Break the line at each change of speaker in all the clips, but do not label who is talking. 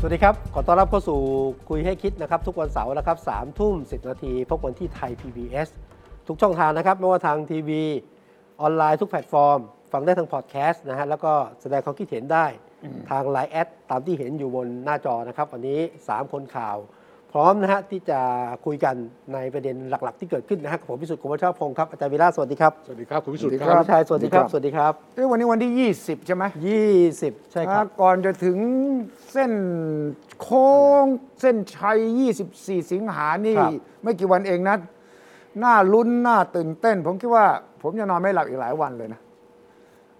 สวัสดีครับ ขอต้อนรับเข้าสู่คุยให้คิดนะครับ ทุกวันเสาร์นะครับสามทุ่มสินาทีพบกันที่ไทย PBS ทุกช่องทางนะครับ ไม่ว่าทางทีวี ออนไลน์ทุกแพลตฟอร์ม ฟังได้ทางพอดแคสต์นะฮะ แล้วก็แสดงความคิดเห็นได้ทางไลน์แอดตามที่เห็นอยู่บนหน้าจอนะครับ วันนี้ 3 คนข่าว พร้อมนะฮะ ที่จะคุยกันในประเด็นหลัก ๆ ที่เกิดขึ้นนะฮะกับผมพิสุทธิ์คมวัชรพงศ์ครับอาจารย์วีระสวัสดีครับ
สวัสดีครับ คุณวิสุทธิ์
อา
ค
จาร
รับ
ย์ชัยสวัสดีครับสวัสดีครับ
เอ้ยวันนี้วันที่ 20 ใช่ไหม
ยี่สิบใช่ครับ
อ่าก่อนจะถึงเส้นโค้ง เส้นชัย 24 สิงหานี่
ครับ
ไม่กี่วันเองนะน่าลุ้นน่าตื่นเต้น ผมคิดว่า ผมจะนอนไม่หลับอีกหลายวันเลยนะ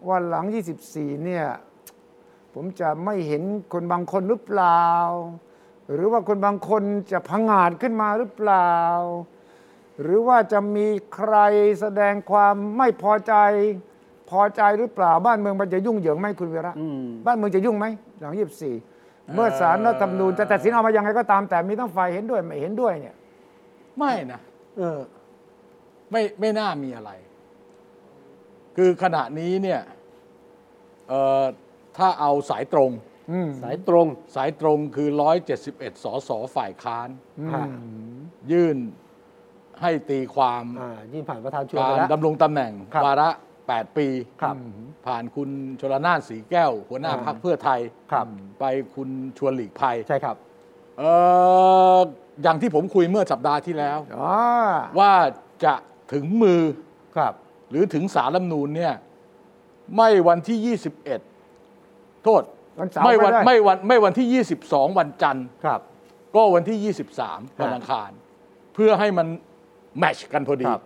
วันหลัง 24 เนี่ย ผมจะไม่เห็นคนบางคนหรือเปล่า หรือว่าคนบางคนจะพังอาจขึ้นมาหรือเปล่า หรือว่าจะมีใครแสดงความไม่พอใจ พอใจหรือเปล่า บ้านเมืองมันจะยุ่งเหยิงไหมคุณเวระบ้านเมืองจะยุ่งไหมหลัง 24 เมื่อสารรัฐธรรมนูญจะตัดสินออกมายังไงก็ตามแต่มีทั้งฝ่ายเห็นด้วยไม่เห็นด้วยเนี่ย
ไม่นะ
เออ
ไม่ไม่น่ามีอะไร คือขณะนี้เนี่ยเอ่อถ้าเอาสายตรง
สายตรง
สายตรงคือ 171สอสอฝ่ายค้าน
ฮะ
ยื่นให้ตีความ
อ่ายื่นผ่านประธานชวน
กา
ไป
ร
แล้ว
ดำรงตำแหน่ง
ครับ
วาระ 8 ปี
ครับ
ผ่านคุณชลนานสีแก้ว หัวหน้า
อ่า
พรรคเพื่อไทย
ครับ
ไปคุณชวนหลีกภัย
ใช่ครับ
เอ่ออย่างที่ผมคุยเมื่อสัปดาห์ที่แล้ว
อ๋อ
ว่าจะถึงมือ
ครับ
หรือถึงสารรัฐธรรมนูญเนี่ยไม่วันที่ 21 โทษ
วันเสาร์
ไม่วัน
ไม่ได้
ไม่วันไม่วันที่ 22 วันจันทร์
ครับ
ก็วันที่ 23วันอังคาร เพื่อให้มันแมทชกันพอดี
ครับ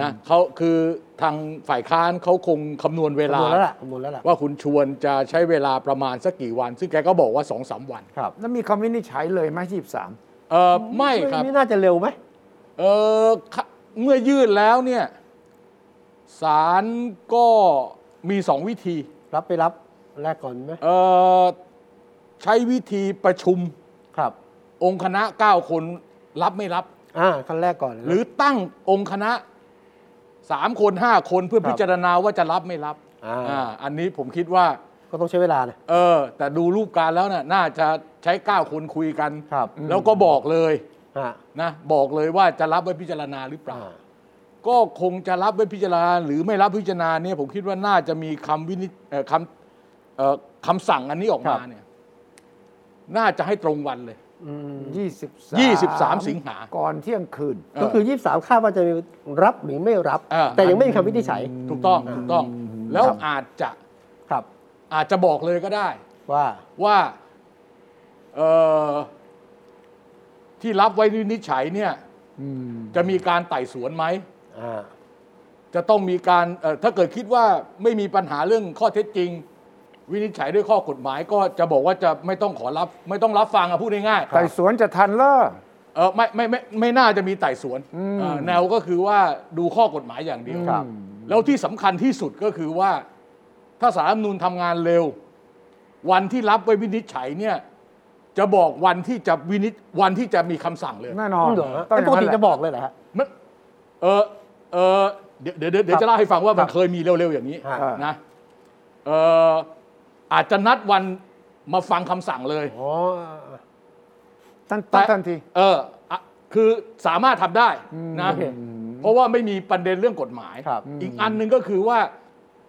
นะเขาคือทางฝ่ายค้านเขาคงคำนวณเว
คำน
ลา
วณแล้วล่ะคำนวณแล้วล่ะ
ว่าคุณชวนจะใช้เวลาประมาณสักกี่วัน ซึ่งแกก็บอกว่า 2-3 วัน
ครับ
แล้วมีคำวินิจฉัยเลยไหม23
เออไม่ครับ
ไม่น่าจะเร็วไหม
เออค่ะเมื่อยื่นแล้วเนี่ยศาลก็มีสองวิธี
รับไปรับแรกก่อนไหม
เอ่อใช้วิธีประชุม
ครับ
องค์คณะ 9 คนรับไม่รับ
อ่าขั้นแรกก่อนนะ
หรือตั้งองค์คณะ 3 คน 5 คนเพื่อ
ครับ
พิจารณาว่าจะรับไม่รับ
อ่า
าอันนี้ผมคิดว่า
ก็ต้องใช้เวลานะ
เออ แต่ดูรูปการณ์แล้วน่ะน่าจะใช้ 9 คนคุยกัน
ครับ
แล้วก็บอกเลย
ฮะ
นะบอกเลยว่าจะรับไว้พิจารณาหรือเปล่า
อ่า
ก็คงจะรับไว้พิจารณาหรือไม่รับพิจารณาเนี่ยผมคิดว่าน่าจะมีคำวินิจเอ่อคำเอ่อคำสั่งอันนี้ออกมา
ครับ
เนี่ยน่าจะให้ตรงวันเลย
อืม
23
23สิงหา
ก่อนเที่ยงคืน
ก็คือ 23คาดว่าจะรับหรือไม่รับ
เออ
แต่ยังไม่มีคำวินิจฉัย
ถูกต้องถูกต้อง แล้
ค
ว
รับ
อาจจะ
ครับ
อาจจะบอกเลยก็ได้
ว่า
ว่าเอ่อที่รับไว้วินิจฉัยเนี่ยจะมีการไต่สวนไหม
อ่า
จะต้องมีการเอ่อถ้าเกิดคิดว่าไม่มีปัญหาเรื่องข้อเท็จจริง วินิจฉัยด้วยข้อกฎหมายก็จะบอกว่าจะไม่ต้องขอรับ ไม่ต้องรับฟังอะพูดง่ายๆ
ไต่สวนจะทันเลอ
เออไม่ไม่ไม่ไม่น่าจะมีไต่สวนเอ่อแนวก็คือว่าดูข้อกฎหมายอย่างเดียว
ครับ
แล้วที่สำคัญที่สุดก็คือว่าถ้าสารรัฐธรรมนูญทำงานเร็ว วันที่รับไว้วินิจฉัยเนี่ยจะบอกวันที่จะวินิจวันที่จะมีคำสั่งเลย
แน่นอน
เหรอฮะ
ต้อ
ไอ้
ง
ปกติ
ย่างนั้นแหล
จะบอกเลยเหรอฮะ
มันเออเออเดี๋ยวเดี๋ยวเดี๋ยวเดี๋ยวจะเล่าให้ฟังว่ามันเคยมีเร็วๆอย่างนี้
ครับ
นะเอออาจจะนัดวันมาฟังคำสั่งเลย
อ๋อ
ทันทันทันที
เอออะคือสามารถทำได้นะ
โอเค
เพราะว่าไม่มีประเด็นเรื่องกฎหมาย
ครับ
อีกอันหนึ่งก็คือว่า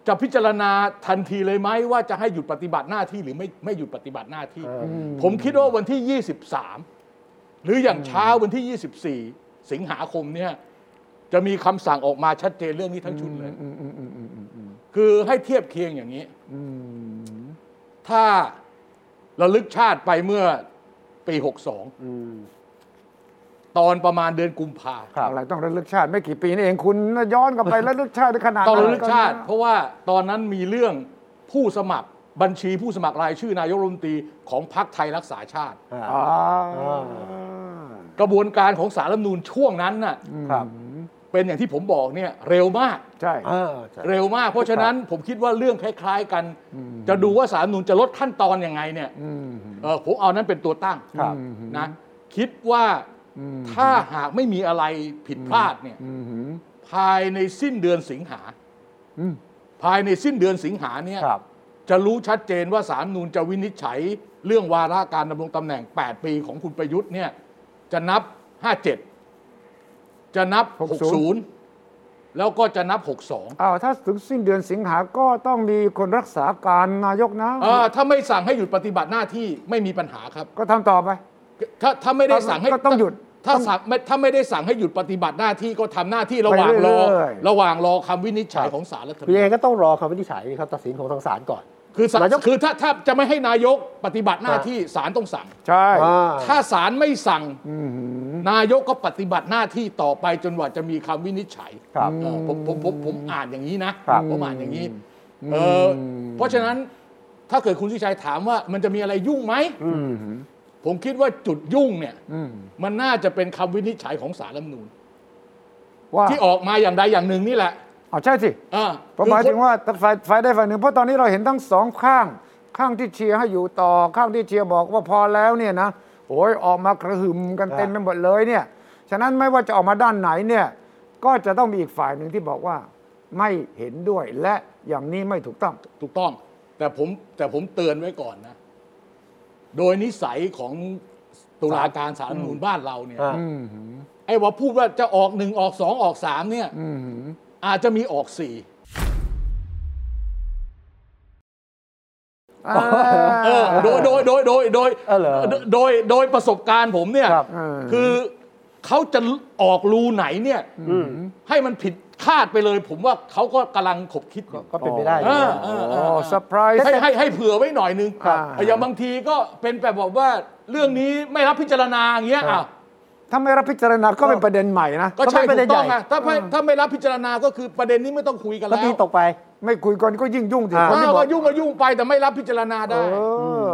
จะพิจารณาทันทีเลยไหมว่าจะให้หยุดปฏิบัติหน้าที่หรือไม่ไม่หยุดปฏิบัติหน้าที่
เอออ
ผมคิดว่าวันที่ 23 หรืออย่างเช้าวันที่ 24 สิงหาคมเนี่ยจะมีคำสั่งออกมาชัดเจนเรื่องนี้ทั้งชุดเลย คือให้เทียบเคียงอย่างนี้ ถ้าระลึกชาติไปเมื่อปี 62
อืม
ตอนประมาณเดือนกุมภา
ครับ
อะไรต้องระลึกชาติไม่กี่ปีนี่เองคุณย้อนกลับไประลึกชาติได้ขนาด
ตอน
นั้น
ระลึกชาติ เพราะว่าตอนนั้นมีเรื่องผู้สมัครบัญชีผู้สมัครรายชื่อนายกรัฐมนตรีของพรรคไทยรักษาชาติ
อ่า
อ๋อ
อ่า
กระบวนการของสารรัฐธรรมนูญช่วงนั้นน่ะ
ครับ
เป็นอย่างที่ผมบอกเนี่ยเร็วมาก
ใช่
อ่าใช่
เร็วมาก เพราะฉะนั้นผมคิดว่าเรื่องคล้ายๆกัน จะดูว่าสารรัฐธรรมนูญจะลดขั้นตอนยังไงเนี่ย
อืม
เออผมเอานั้นเป็นตัวตั้ง
ครับ
นะคิดว่า
อืม
ถ้าหากไม่มีอะไรผิดพลาดเนี่ย
อืม
ภายในสิ้นเดือนสิงหา
อืม
ภายในสิ้นเดือนสิงหาเนี่ย
ครับ
จะรู้ชัดเจนว่าสารนูนจะวินิจฉัย เรื่องวาระการดำรงตำแหน่ง 8 ปีของคุณประยุทธ์เนี่ยจะนับ 57 จะนับ 60 แล้วก็จะนับ 62
อ้าวถ้าถึงสิ้นเดือนสิงหาก็ต้องมีคนรักษาการนายกนะ
เอ่อถ้าไม่สั่งให้หยุดปฏิบัติหน้าที่ไม่มีปัญหาครับ
ก็ทำต่อไป
ถ้าถ้าไม่ได้สั่งให้
ก็ต้องหยุด
ถ้าสั่งไม่ถ้าไม่ได้สั่งให้หยุดปฏิบัติหน้าที่ก็ทำหน้าที่ระหว่างรอ
ไปเรื่อยๆ
ระหว่างรอคำวินิจฉัยของสารรัฐธรรม
คือ
นู
ยัง
ญ
ไงก็ต้องรอคำวินิจฉัยคำตัดสินของทางศาลก่อน
คือสะ
นายก
คือถ้าถ้าจะไม่ให้นายกปฏิบัติหน้า
ฮะ
ที่ศาลต้องสั่ง
ใช่
อ่า
ถ้าศาลไม่สั่ง
อืม
นายกก็ปฏิบัติหน้าที่ต่อไปจนกว่าจะมีคำวินิจฉัย
ครับ
เอ่อผมผมผมผมอ่านอย่างนี้นะครับ ผมอ่านอย่างนี้เอ่ออเพราะฉะนั้นถ้าเกิดคุณสุชัยถามว่ามันจะมีอะไรยุ่งไหม
อืม
ผมคิดว่าจุดยุ่งเนี่ย
อืม
มันน่าจะเป็นคำวินิจฉัยของศาลรัฐธรรมนูญ
ว่า
ที่ออกมาอย่างใดอย่างหนึ่งนี่แหละ
เอาใช่สิ
อ่า
ผมหมายถึงว่าฝ่ายฝ่ายใดฝ่ายหนึ่งเพราะตอนนี้เราเห็นทั้งสองข้าง ข้างที่เชียร์ให้อยู่ต่อข้างที่เชียร์บอกว่าพอแล้วเนี่ยนะโอ้ยออกมากระหึ่มกันเต็มไปหมดเลยเนี่ย ฉะนั้นไม่ว่าจะออกมาด้านไหนเนี่ย ก็จะต้องมีอีกฝ่ายหนึ่งที่บอกว่า ไม่เห็นด้วยและอย่างนี้ไม่ถูกต้อง
ถูกต้อง แต่ผมแต่ผมเตือนไว้ก่อนนะ โดยนิสัยของตุลาการศาลรัฐธรรมนูญบ้านเราเนี่ย
อ่า
อืม
ไอ้ว่าพูดว่าจะออกหนึ่งออกสองออกสามเนี่ย
อืม
อาจจะมีออกสี่
อ่า
เออโดยโดยโดยโดยโดย
เออเหรอ
โดยโดยโดยประสบการณ์ผมเนี่ย
ครับ
เออ
คือเขาจะออกรูไหนเนี่ย
อืม
ให้มันผิดคาดไปเลย ผมว่าเขาก็กำลังขบคิดอยู่
ก็เป็นไปได้อยู่
อ่า
นะ
โอ้เซอร์ไพรส์
ให้ให้ให้เผื่อไว้หน่อยนึง
ครับ
อย่างบางทีก็เป็นแบบบอกว่าเรื่องนี้ไม่รับพิจารณาอย่างเงี้ย
ครั
อ่ะ
บ
ถ้าไม่รับพิจารณาก็เป็นประเด็นใหม่นะ
ก็ใช่
ก็เป็นประเด็
ถู
น
กต้อง
ใหญ่
อะถ้าไม่ถ้าไม่รับพิจารณาก็คือประเด็นนี้ไม่ต้องคุยกัน
ก็
แล้ว
ตีตกไป
ไม่คุยกันก็ยิ่งยุ่งถึง
อ่า
คนที่
อ้าว
บอก
ก็ยุ่งก็ยุ่งไปแต่ไม่รับพิจารณา
เอ
ได้
อ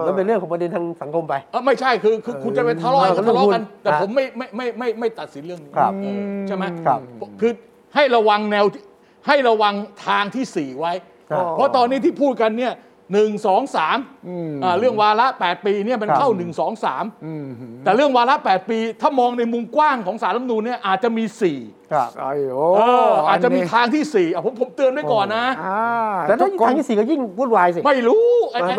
แล้วเป็นเรื่องของประเด็นทางสังคมไป
เออไม่ใช่คือคือคุณจะไปทะเลาะ
เออ
กันทะเลาะกัน
เรื่องคุณ
แต่
อ่ะ
ผมไม่ไม่ไม่ไม่ไม่ตัดสินเรื่องนี้
ครับ
เออใช่ไหม
ครับ
คือให้ระวังแนวที่ให้ระวังทางที่สี่ไว้
ครับ
เพราะตอนนี้ที่พูดกันเนี่ยหนึ่งสองสามอ่าเรื่องวาระ 8 ปีเนี่ยมัน
ครับ
เข้าหนึ่งสองสามแต่เรื่องวาระ 8 ปี ถ้ามองในมุมกว้างของสารรัฐธรรมนูญเนี่ยอาจจะมีสี่
ครับ
ไอ้โอ
เอออาจจะมี
นนี้
ทางที่สี่อ่ะผมผมเตือนไว้ก่อนนะ
อ่า
แต่ถ้า
ทุก
ทางที่สี่ก็ยิ่งวุ่นวายสิ
ไม่รู้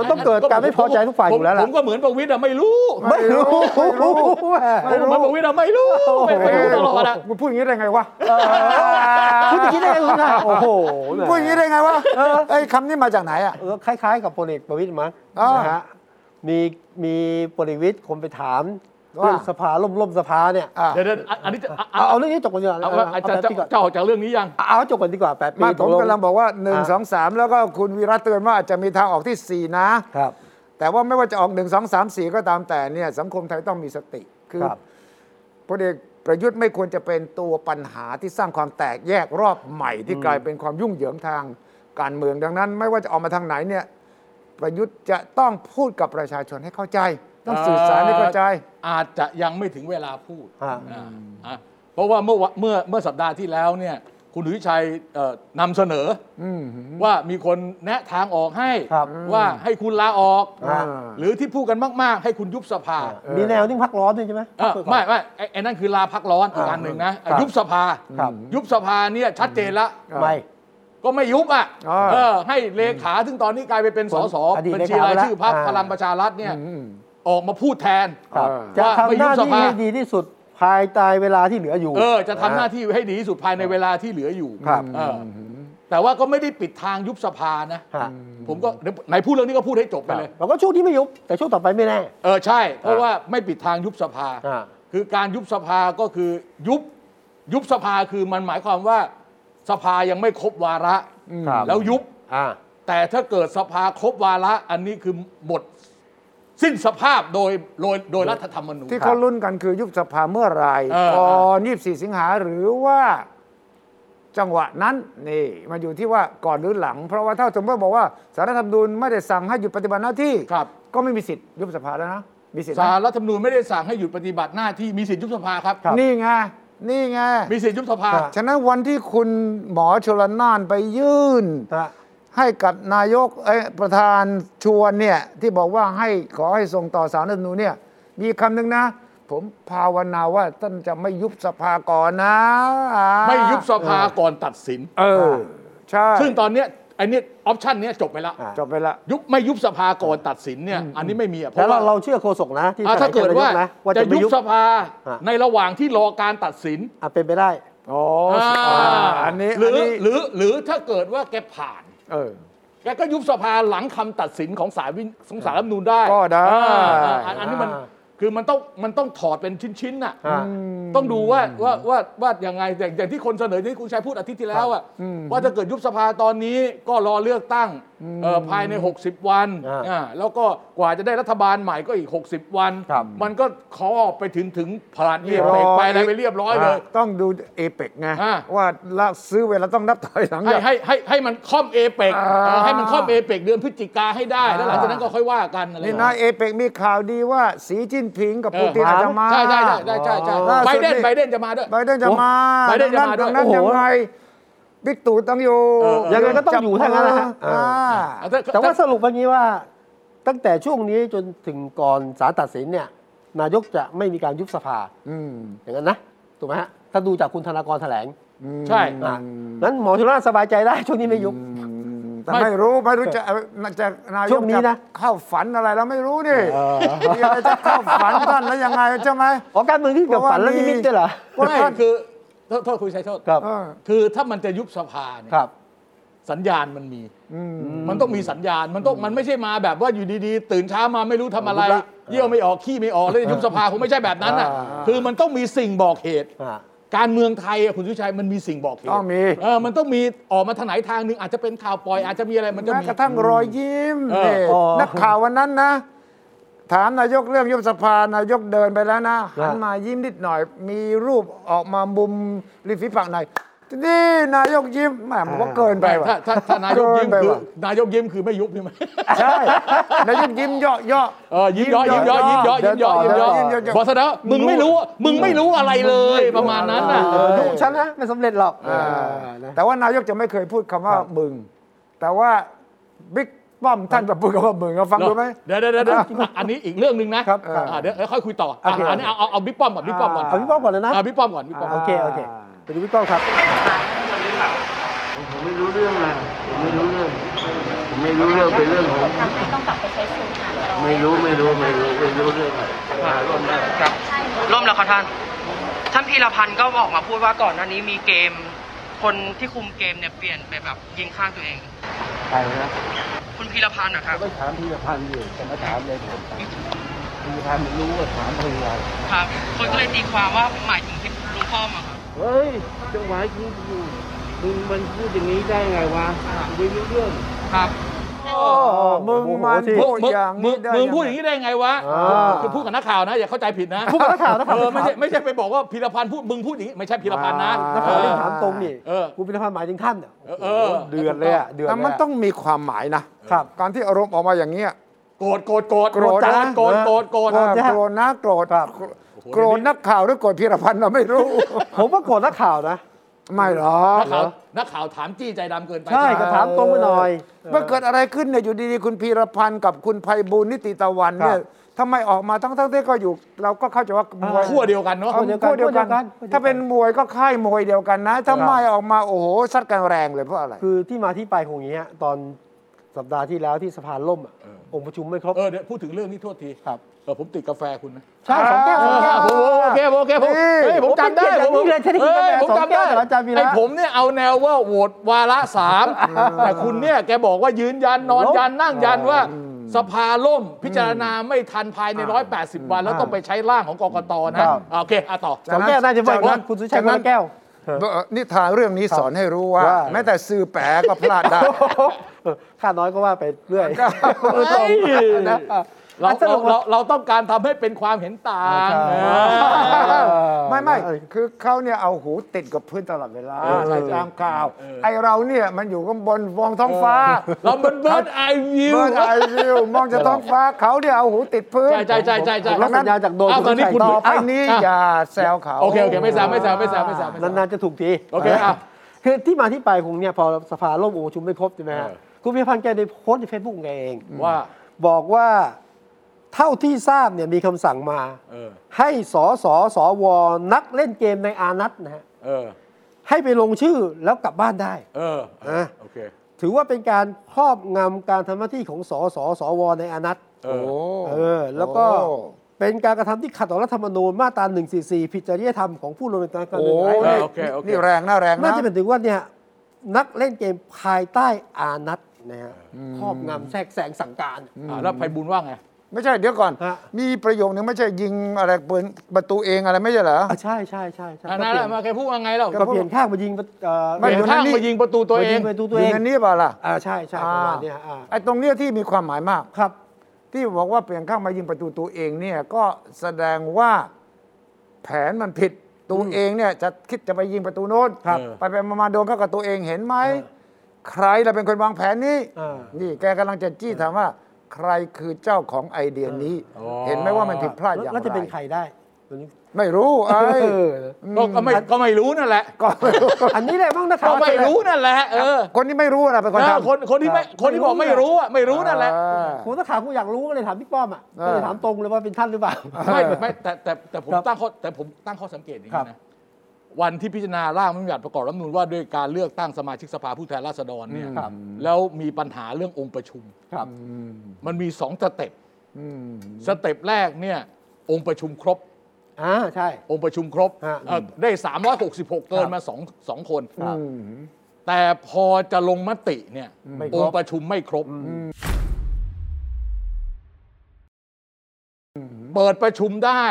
มันต้องเกิดการไม่พอใจทุกฝ่ายอยู่แล้วล่ะ
ผมก็เหมือนประวิตรอะไม่รู้
ไม่รู้ไม่รู้
ไมันบอกวิทย์ไม่รู้ไม่ไม่รู้ตลอดอะ
มึงพูดอย่างนี้ได้ไงวะ
คุณจะคิดได้ไงคุณนะโอ้โห
มึงพูดอย่างนี้ได้ไงวะไอ้คำนี้มาจากไหนอ่ะ
เออคล้าย ๆ กับพลเอกประวิตยมั้ง
อ่าน
นะฮะมีมีพลเอกประวิตยคนไปถาม
ว่า
เรื่องสภาล่มล่มสภาเนี่ย
อ่ะ
เดี๋ยวเดี๋ยวอันนี้จะอ่ะอ่ะ
เอาเอาเรื่องนี้จบก่อนดีกว่า
เอาว่าอาจารย์
แป๊บนี้ก่อน
เจ้าออกจากเรื่องนี้ยัง
เอาจบก่อนดีกว่าแปดปี
ไมาผม
ต
กำลังบอกว่า1
ะ
2 3 แล้วก็คุณวีระเตือนว่าอาจจะมีทางออกที่ 4 นะ
ครับ
แต่ว่าไม่ว่าจะออก 1 2 3 4 ก็ตามแต่เนี่ยสังคมไทยต้องมีสติคือ
ครับ
พลเอกประยุทธ์ไม่ควรจะเป็นตัวปัญหาที่สร้างความแตกแยกรอบใหม่ที่กลายเป็นความยุ่งเหยิงทางการเมืองดังนั้น ไม่ว่าจะออกมาทางไหนเนี่ยประยุทธ์จะต้องพูดกับประชาชนให้เข้าใจ ต้องสื่อสารให้เข้าใจ
อาจจะยังไม่ถึงเวลาพูด
อ่า
อ่าอ่ะเพราะว่าเมื่อวะเมื่อเมื่อสัปดาห์ที่แล้วเนี่ย คุณหนุยชัยเอ่อนำเสนออว่ามีคนแนะทางออกให้
ครับ
ว่าให้คุณลาออก
อ่า
หรือที่พูดกันมาก ๆ ให้คุณยุบสภา
มีแนวนิ่งพักร้อนด้วยใช่ไหม
เอ่อไม่ไม่ไอ้ไอ้นั่นคือลาพักร้อนอีกอันหนึ่งนะอ่ะ
ครับ
ยุบสภา
ครับ
ยุบสภาเนี่ยชัดเจนละ
ไม่
ก็ไม่ยุบอ่ะ
อ่า
เออให้เลขาซึ่งตอนนี้กลายไปเป็นสส
อดีต
บัญ
เลขารไป
ชีาย
แล้ว
ชื่อพรรค
อ่า
พลังประชารัฐเนี่ยออกมาพูดแทน
ครับ
เออ
จะ
ว่าไม่
ทำห
ยุบ
น้าที่
สภา
ให้ดีที่สุดภายใต้เวลาที่เหลืออยู่
เออจะทำหน้าที่ให้ดีที่สุดภายในเวลาที่เหลืออยู่
ครับ
เอออแต่ว่าก็ไม่ได้ปิดทางยุบสภานะ
ฮะ
ผมก็เดี๋ยวไหนพูดเรื่องนี้ก็พูดให้จบไป
ครับ
เลย
แล้วก็ช่วงที่ไม่ยุบ แต่ช่วงต่อไปไม่แน่
เออใช่ เพราะว่าไม่ปิดทางยุบสภา
อ่า
คือการยุบสภาก็คือยุบยุบสภาคือมันหมายความว่าสภายังไม่ครบวาระ
ครับ
แล้วยุบ
อ่า
แต่ถ้าเกิดสภาครบวาระอันนี้คือหมดสิ้นสภาพโดยโดยโดยรัฐธรรมนูญ
ที่เขาลุ้นกันคือยุบสภาเมื่อไหร
เออ
ก่อน24 สิงหาหรือว่าจังหวะนั้นนี่มันอยู่ที่ว่าก่อนหรือหลัง เพราะว่าถ้าสมมติบอกว่าสารรัฐธรรมนูญไม่ได้สั่งให้หยุดปฏิบัติหน้าที่
ครับ
ก็ไม่มีสิทธิ์ยุบสภาแล้วนะ มีสิทธิ์
สาร
ไหม
รัฐธรรมนูญไม่ได้สั่งให้หยุดปฏิบัติหน้าที่มีสิทธิยุบสภาครับ
ครับ
นี่ไงนี่ไง
มีสิทธิยุบสภา
ครับ
ฉะนั้นวันที่คุณหมอชลนานไปยื่น
ฮะ
ให้กับนายกเอ้ยประธานชวนเนี่ยที่บอกว่าให้ขอให้ส่งต่อสารรัฐธรรมนูญเนี่ย มีคำหนึ่งนะ ผมภาวนาว่าท่านจะไม่ยุบสภาก่อนนะ
ไม่ยุบสภาก่อนตัดสิน
เออ ใช่
ซึ่งตอนเนี้ยไอ้เนี่ยออปชันเนี้ยจบไปแล้ว
อ่า
จบไปละ
ยุบไม่ยุบสภาก่อนตัดสินเนี่ยอันนี้ไม่มีอ่ะเพ
แล้
ราะ
วเรา
ว่า
เราเชื่อโฆษกนะที่
อ่าถ้าเกิด
แถลง
ว่า
เกี่ยวบนยนะว่า
จะ
จะไม่
ยุบ
ยุบ
สภา
อ่ะ
ในระหว่างที่รอการตัดสิน
อ่ะเป็นไปได้
โอ้
อ่า
อันนี้
หรือน
นี้
หรือหรือถ้าเกิดว่าแกผ่าน
เออ
แกก็ยุบสภาหลังคำตัดสินของศาลวินของศาลรัฐธรรมนูญได้
ก็ได้
อ่าอ่าอันนี้มัน
อ่า
คือมันต้องมันต้องถอดเป็นชิ้นๆน่ะ
อ่ะ
ต้องดูว่าว่าว่าว่าอย่างไงอย่างอย่างที่คนเสนอที่คุณชัยพูดอาทิตย์ที่แล้วอะว่าถ้าเกิดยุบสภาตอนนี้ก็รอเลือกตั้งเอ่อภายใน 60 วัน
อ่า
อ่าแล้วก็กว่าจะได้รัฐบาลใหม่ก็อีก 60 วัน
ครับ
มันก็ขอไปถึงถึงผ่านเรียบ
เรียบร้อ
ไป
ย
อะไรไปเรียบร้อยเลย
ต้องดูเอเปกไง
อ่า
ว่าละซื้อเวลาต้องนับถอยหลัง
ให้
จาก
ให้ให้ให้มันค่อมเอเปก
อ่า
ให้มันค่อมเอเปกเดือนพฤศจิกาให้ได้ แล้วหลังจากนั้นก็ค่อยว่ากันอะไร
นี่นะเอเปกมีข่าวดีว่าสีจิ้นผิงกับปูติน
เออ
อาจจะมา
ใช่ใช่ใช่ใช่ใช่ใช่
ล่าสุด
ไบเดน
นี่
ไบเดนจะมาด้วย
ไบเดนจะมา
โอ้ไบเดนจะมาด้วย
ดังนั้น
โอ้โห
ยังไงบิ๊กตู่ต้องอยู่
เออ
ยังไงก็ต้องอยู่ทั้งนั้นนะฮะ
อ่า
อ่ะถ้
แต่ว่าสรุปวันนี้ว่า ตั้งแต่ช่วงนี้จนถึงก่อนศาลตัดสินเนี่ย นายกจะไม่มีการยุบสภา
อืม
อย่างนั้นนะถูกไหมฮะถ้าดูจากคุณธนากรแถลง
ใช่
อ่ะงั้นหมอชลนานสบายใจได้ช่วงนี้ไม่ยุบ
แต่ไม่รู้ไม่รู้จะจะนายก
ช่วงนี้นะ
จเข้าฝันอะไรเราไม่รู้นี่มีอะไรจะเข้าฝันท่านแล้วยังไงใช่ไหม
อ๋อการเมืองที่เกี่ยวกับฝันและนิมิตด้วยเหรอ
ไม่คือโทษโทษคุณชัยโทษ
ครับ
เออ
คือถ้ามันจะยุบสภาเนี่ย
ครับ
สัญญาณมันมี มันต้องมีสัญญาณมันต้องมันไม่ใช่มาแบบว่าอยู่ดีๆ ตื่นเช้ามาไม่รู้ทำอะไร
รู้ละ
เยี่ยวไม่ออกขี้ไม่ออกแล้วจะยุบสภาคงไม่ใช่แบบนั้นน่ะ
อ่า
คือมันต้องมีสิ่งบอกเหตุ
อ่ะ
การเมืองไทยอะคุณสุชัยมันมีสิ่งบอกเหตุ
ต้องมี
เออมันต้องมีออกมาทางไหนทางหนึ่งอาจจะเป็นข่าวปล่อยอาจจะมีอะไรมันจะ
แม้
มี
กระทั่งรอยยิ้ม
เออ
นี่
อ๋อ
นักข่าววันนั้นนะ ถามนายกเรื่องยุบสภานายกเดินไปแล้วนะ
ฮะ
หันมายิ้มนิดหน่อย มีรูปออกมามุมริมฝีปากหน่อยนี่นายกยิ้มแหมมันก็เกินไป
แต่
ว่ะ
ถ้าถ้าถ้านายกยิ้ม
เไป
คือ
ว่ะ
นายกยิ้มคือไม่ยุบใช่ไหม
ใช่ นายกยิ้มเยาะเยาะ
เออยิ้มย้อยยิ้มย้อยยิ้มย้อยยิ้มย้อยยิ้มย้อย
เดี๋ยวต่อ
บอกซะแล้วมึงไม่รู้อะมึงไม่รู้อะไรเลยประมาณนั้นน่ะ
เออยุบฉันนะไม่สำเร็จหรอกเออนะ
แต่ว่านายกจะไม่เคยพูดคำว่า
ครับ
มึง แต่ว่าบิ๊กป้อมท่านจะพูดคำว่ามึงเอาฟังดูไหม
เดี๋ยวเดี๋ยวเดี๋ยวเดี๋ยวอ่ะอันนี้อีกเรื่องหนึ่งนะครับ อ่ะเดี๋ยวเดี๋ยวค่อยคุยต่ออ่ะ
โอเค
อันนี้เอาเอาเอาบิ๊กป้อมก่อนบิ๊กป้อมก่อน
เอาพี่ป้อมก่อนเลยนะ
อ่ะบิ๊กป้อมก่อนบิ๊กป้อม
โอเคโอเคไปดูพี่ป้อมครับ
ผมไม่รู้เรื่องนะผมไม่รู้เรื่อง ผมไม่รู้เรื่องเป็นเรื่องของ
ทำให้ต้องกลับไปใช้สูตรหารร้อย
ไม่รู้ไม่รู้ไม่รู้ไม่รู้เรื่องหาร่วมได้
ครับ
ใช่ไหม
ร่วมแล้วครับท่าน ท่านพีรพันธ์ก็ออกมาพูดว่าก่อนหน้านี้มีเกม คนที่คุมเกมเนี่ยเปลี่ยนไปแบบยิงข้างตัวเอง
ใครนะ
คุณพีรพันธ์นะครับ
ก็ถามพีรพันธ์อยู่จะมาถามเลยผมพีรพันธ์มันรู้ว่าถามเพื่ออะไร
ครับ คนก็เลยตีความว่าหมายถึงที่ลุงป้อมอะครับ
เฮ้ยจังหวะที่อยู่มึงมันพูดอย่างนี้ได้ไงวะกูไม่รู้เรื่อง
ครับ
โอ้โหมึงมัน
โอ้
พู
โห
ดอย่าง
มึ
นี้
ง
ได้
มึง
ยั
พูดอย่างนี้ได้ไงวะ
อ่า
คือพูดกับนักข่าวนะอย่าเข้าใจผิดนะ
พูดกับนักข่าวนักข่าว
เออไม่ใช่ไม่ใช่ไปบอกว่าพีรพันธ์พูดมึงพูดอย่างนี้ไม่ใช่พีรพันธ์นะ
นักข่าวได้ถาม
เออ
ตรงนี่
เออ
คุณพิธภัณฑ์หมายถึงท่านเนี่ย
เออ
เดือดเลยอ่ะเดือด
แต่
เลยะ
มันต้องมีความหมายนะครับ การที่อารมณ์ออกมาอย่างเงี้ย
โกรธโกรธโกรธ
โกรธนะ
โกรธโกรธโกรธ
เอ
โกรธ
อ
นะฮะ
โกรธนะโกรธ
ครับ
โกรธนักข่าวหรือโกรธพีรพันธ์เราไม่รู้
ผมว่าโกรธนักข่าวนะ
ไม่หรอ
นั
ก
กข่าวนักข่าวถามจี้ใจดำเกินไป
ใช่ก็ถามตรงไปหน่อย
เมื่อเกิดอะไรขึ้นเนี่ยอยู่ดีๆคุณพีรพันธ์กับคุณไพบูลย์นิติตะวันเนี่
ค
ย
รับ
ทำไมออกมาทั้งๆที่ก็อยู่ เราก็เข้าใจว่ามวย
ขั้วเดียวกันเนาะ
อา
ขั้
ขั้
ว
ว
เดี
เดี
ย
ยว ว
กั
กั
ขั้
น น
วเดียวกัน
ถ้าเป็นมวยก็ค่ายมวยเดียวกันนะทำไมออกมาโอ้โหซัดกันแรงเลยเพราะอะไร
คือที่มาที่ไปของอย่างเงี้ยตอนสัปดาห์ที่แล้วที่สภาล่มอะ
เออ
องค์ประชุมไม่ครบ
เออเดี๋ยวพูดถึงเรื่องนี้โทษที
ครับ
เออผมติดกาแฟคุณนะ
ใช่สองแก้วสองแก้ว
โอ้โหโอเคโอเคผม
นี่
เฮ้ยผมจำได้
ผมเป็นเกียรติอย่างยิ่งเลยที่ได้ยิน
อ้
แบบ
ผมจำได้
สองแก้วจากอาจารย์วีระ
ไอ้ผมเนี่ยเอาแนวว่าโหวตวาระสามแต่คุณเนี่ยแกบอกว่ายืนยันนอนยันนั่งยันว่า สภาล่มพิจารณาไม่ทันภายใน 180 วัน แล้วต้องไปใช้ร่างของกกตนะครับ อ่ะโอเคอ่ะต่อ
สองแก้วน่าจะไม่นะคุณสุชัยคนละแก้ว
เอ่อนิทานเรื่องนี้สอนให้รู้ว่า
ว่า
แม้แต่สื่อแปรก็พลาดได้
เออค่าน้อยก็ว่าไปเรื่อย
ก็
เออตรงนะ
เรา
อ่ะสรุ
เรา
ป
เราเราต้องการทำให้เป็นความเห็นต่าง
ใช่
เออ
ไม่ไม่คือเขาเนี่ยเอาหูติดกับพื้นตลอดเวลา
เออใช่
ตามข่าว
เออ
ไอเราเนี่ยมันอยู่ข้างบนมองท้องฟ้า
เราเบิร์ดเบิร์ดไอวิว
เมื่อไอวิวมองจะท้องฟ้าเขาเนี่ยเอาหูติดพื้น
ใช่ใช่ใช่ใช่ใช่
รับสัญญาณจากโดรน
อ้าวตอนนี้คุณ
ชัย
ต่อไป
อ้าว
นี้
อ่ะ
อย่าแซวเขา
โอเคโอเคไม่แซวไม่แซวไม่แซวไม่แซวไม่แซว
นานๆจะถูกที
โอเคอ่ะ
คือที่มาที่ไปคงเนี่ยพอสภาล่มองค์ประชุมไม่ครบใช่ไหมฮะ
เออ
คุณพิพันธ์แกได้โพสต์ในเฟซบุ๊กของแกเอง
ว่า
บอกว่าเท่าที่ทราบเนี่ยมีคำสั่งมา
เออ
ให้สอสอสวนักเล่นเกมในอานัตนะฮะ
เออ
ให้ไปลงชื่อแล้วกลับบ้านได้
เออเออโอเค
ถือว่าเป็นการครอบงำการทำหน้าที่ของสอสอสวในอานัต
เออ
เออแล้วก็เป็นการกระทำที่ขัดต่อรัฐธรรมนูญมาตรา 144 ผิดจริยธรรมของผู้ดำเนินการการ
โอ้
เมือง
โห
ร้ายแรง
เโอเคโอเค
นี่แรงนะแรงนะ
น่าจะเป็นถึงว่าเนี่ยนักเล่นเกมภายใต้อานัตนะฮะครอบงำแทรกแซงสั่งการ
อ่ะแล้วไพบุญว่าไง
ไม่ใช่เดี๋ยวก่อน
ฮะ
มีประโยคนึงไม่ใช่ยิงอะไรปืนประตูเองอะไรไม่ใช่เหรอ
อ่ะใช่ใช่ใช่ใช่
อัน
ก็
นั้
เป
น
ลี่ยน
แหละมาแกพูดว่าไงเรา
ก็เปลี่ยนข้างมายิงเอ่อ
เปลี่ยน
ไม่
ข้างมายิงประตูตัวเอ
มายิ
ง
งไปดูตัวเอ
ยิง
ง
อันนี้เปล่าล่ะ
อ่าใช่ใช่ประมาณเนี้ยอ่า
ไอ้ตรงเนี้ยที่มีความหมายมาก
ครับ
ที่บอกว่าเปลี่ยนข้างมายิงประตูตัวเองเนี่ยก็แสดงว่าแผนมันผิดตัวเองเนี่ยจะคิดจะไปยิงประตูโน้น
ครับ
ไปไปมามาโดนเข้ากับตัวเองเห็นไหมใครเราเป็นคนวางแผนนี้
อ่า
นี่แกกำลังจะจี้ถามว่า ใครคือเจ้าของไอเดียนี้
อ๋อ
เห็นไหมว่ามันผิดพลาดอย่างไร
แล้วจะเป็นใครได้ตัวนี้
ไม่รู้ไอ้ย
เออ
ก็ก็ไม่ก็ไม่รู้นั่นแหละ
ก็ไม่รู้
อันนี้แหละบ้างนะครั
ก็
บ
ไม่รู้นั่นแหละ เออ
คนที่ไม่รู้นะเป็นคน
เออ
ทำ
คนคนที่ไม่คนที่บอกไม่รู้อ่ะไม่รู้นั่นแหละ
เออ
ผมถ้าถามกูอยากรู้ก็เลยถามพี่ป้อมอ่ะ
เออ
ก็เลยถามตรงเลยว่าเป็นท่านหรือเปล่า
ไม่ไม่แต่แต่แต่ผม
ครับ
ตั้งข้อแต่ผมตั้งข้อสังเกตอย่าง
ครั
นี้
บ
นะวันที่พิจารณาร่างรัฐธรรมนูญประกอบรัฐธรรมนูญว่าด้วยการเลือกตั้งสมาชิกสภาผู้แทนราษฎรเนี่ย
ครับ
แล้วมีปัญหาเรื่ององค์ประชุม
ครับ
มันมีสองสเต็ป
อืม
สเต็ปแรกเนี่ยองค์ประชุมครบ
อ่า ใช่
องค์ประชุมครบ
ฮะ
เอ่อได้ 366 เกินมาสองสองคน
ครับ
แต่พอจะลงมติเนี่ย
ไม่ครบ
องค์ประชุมไม่ครบ เปิดประชุมได้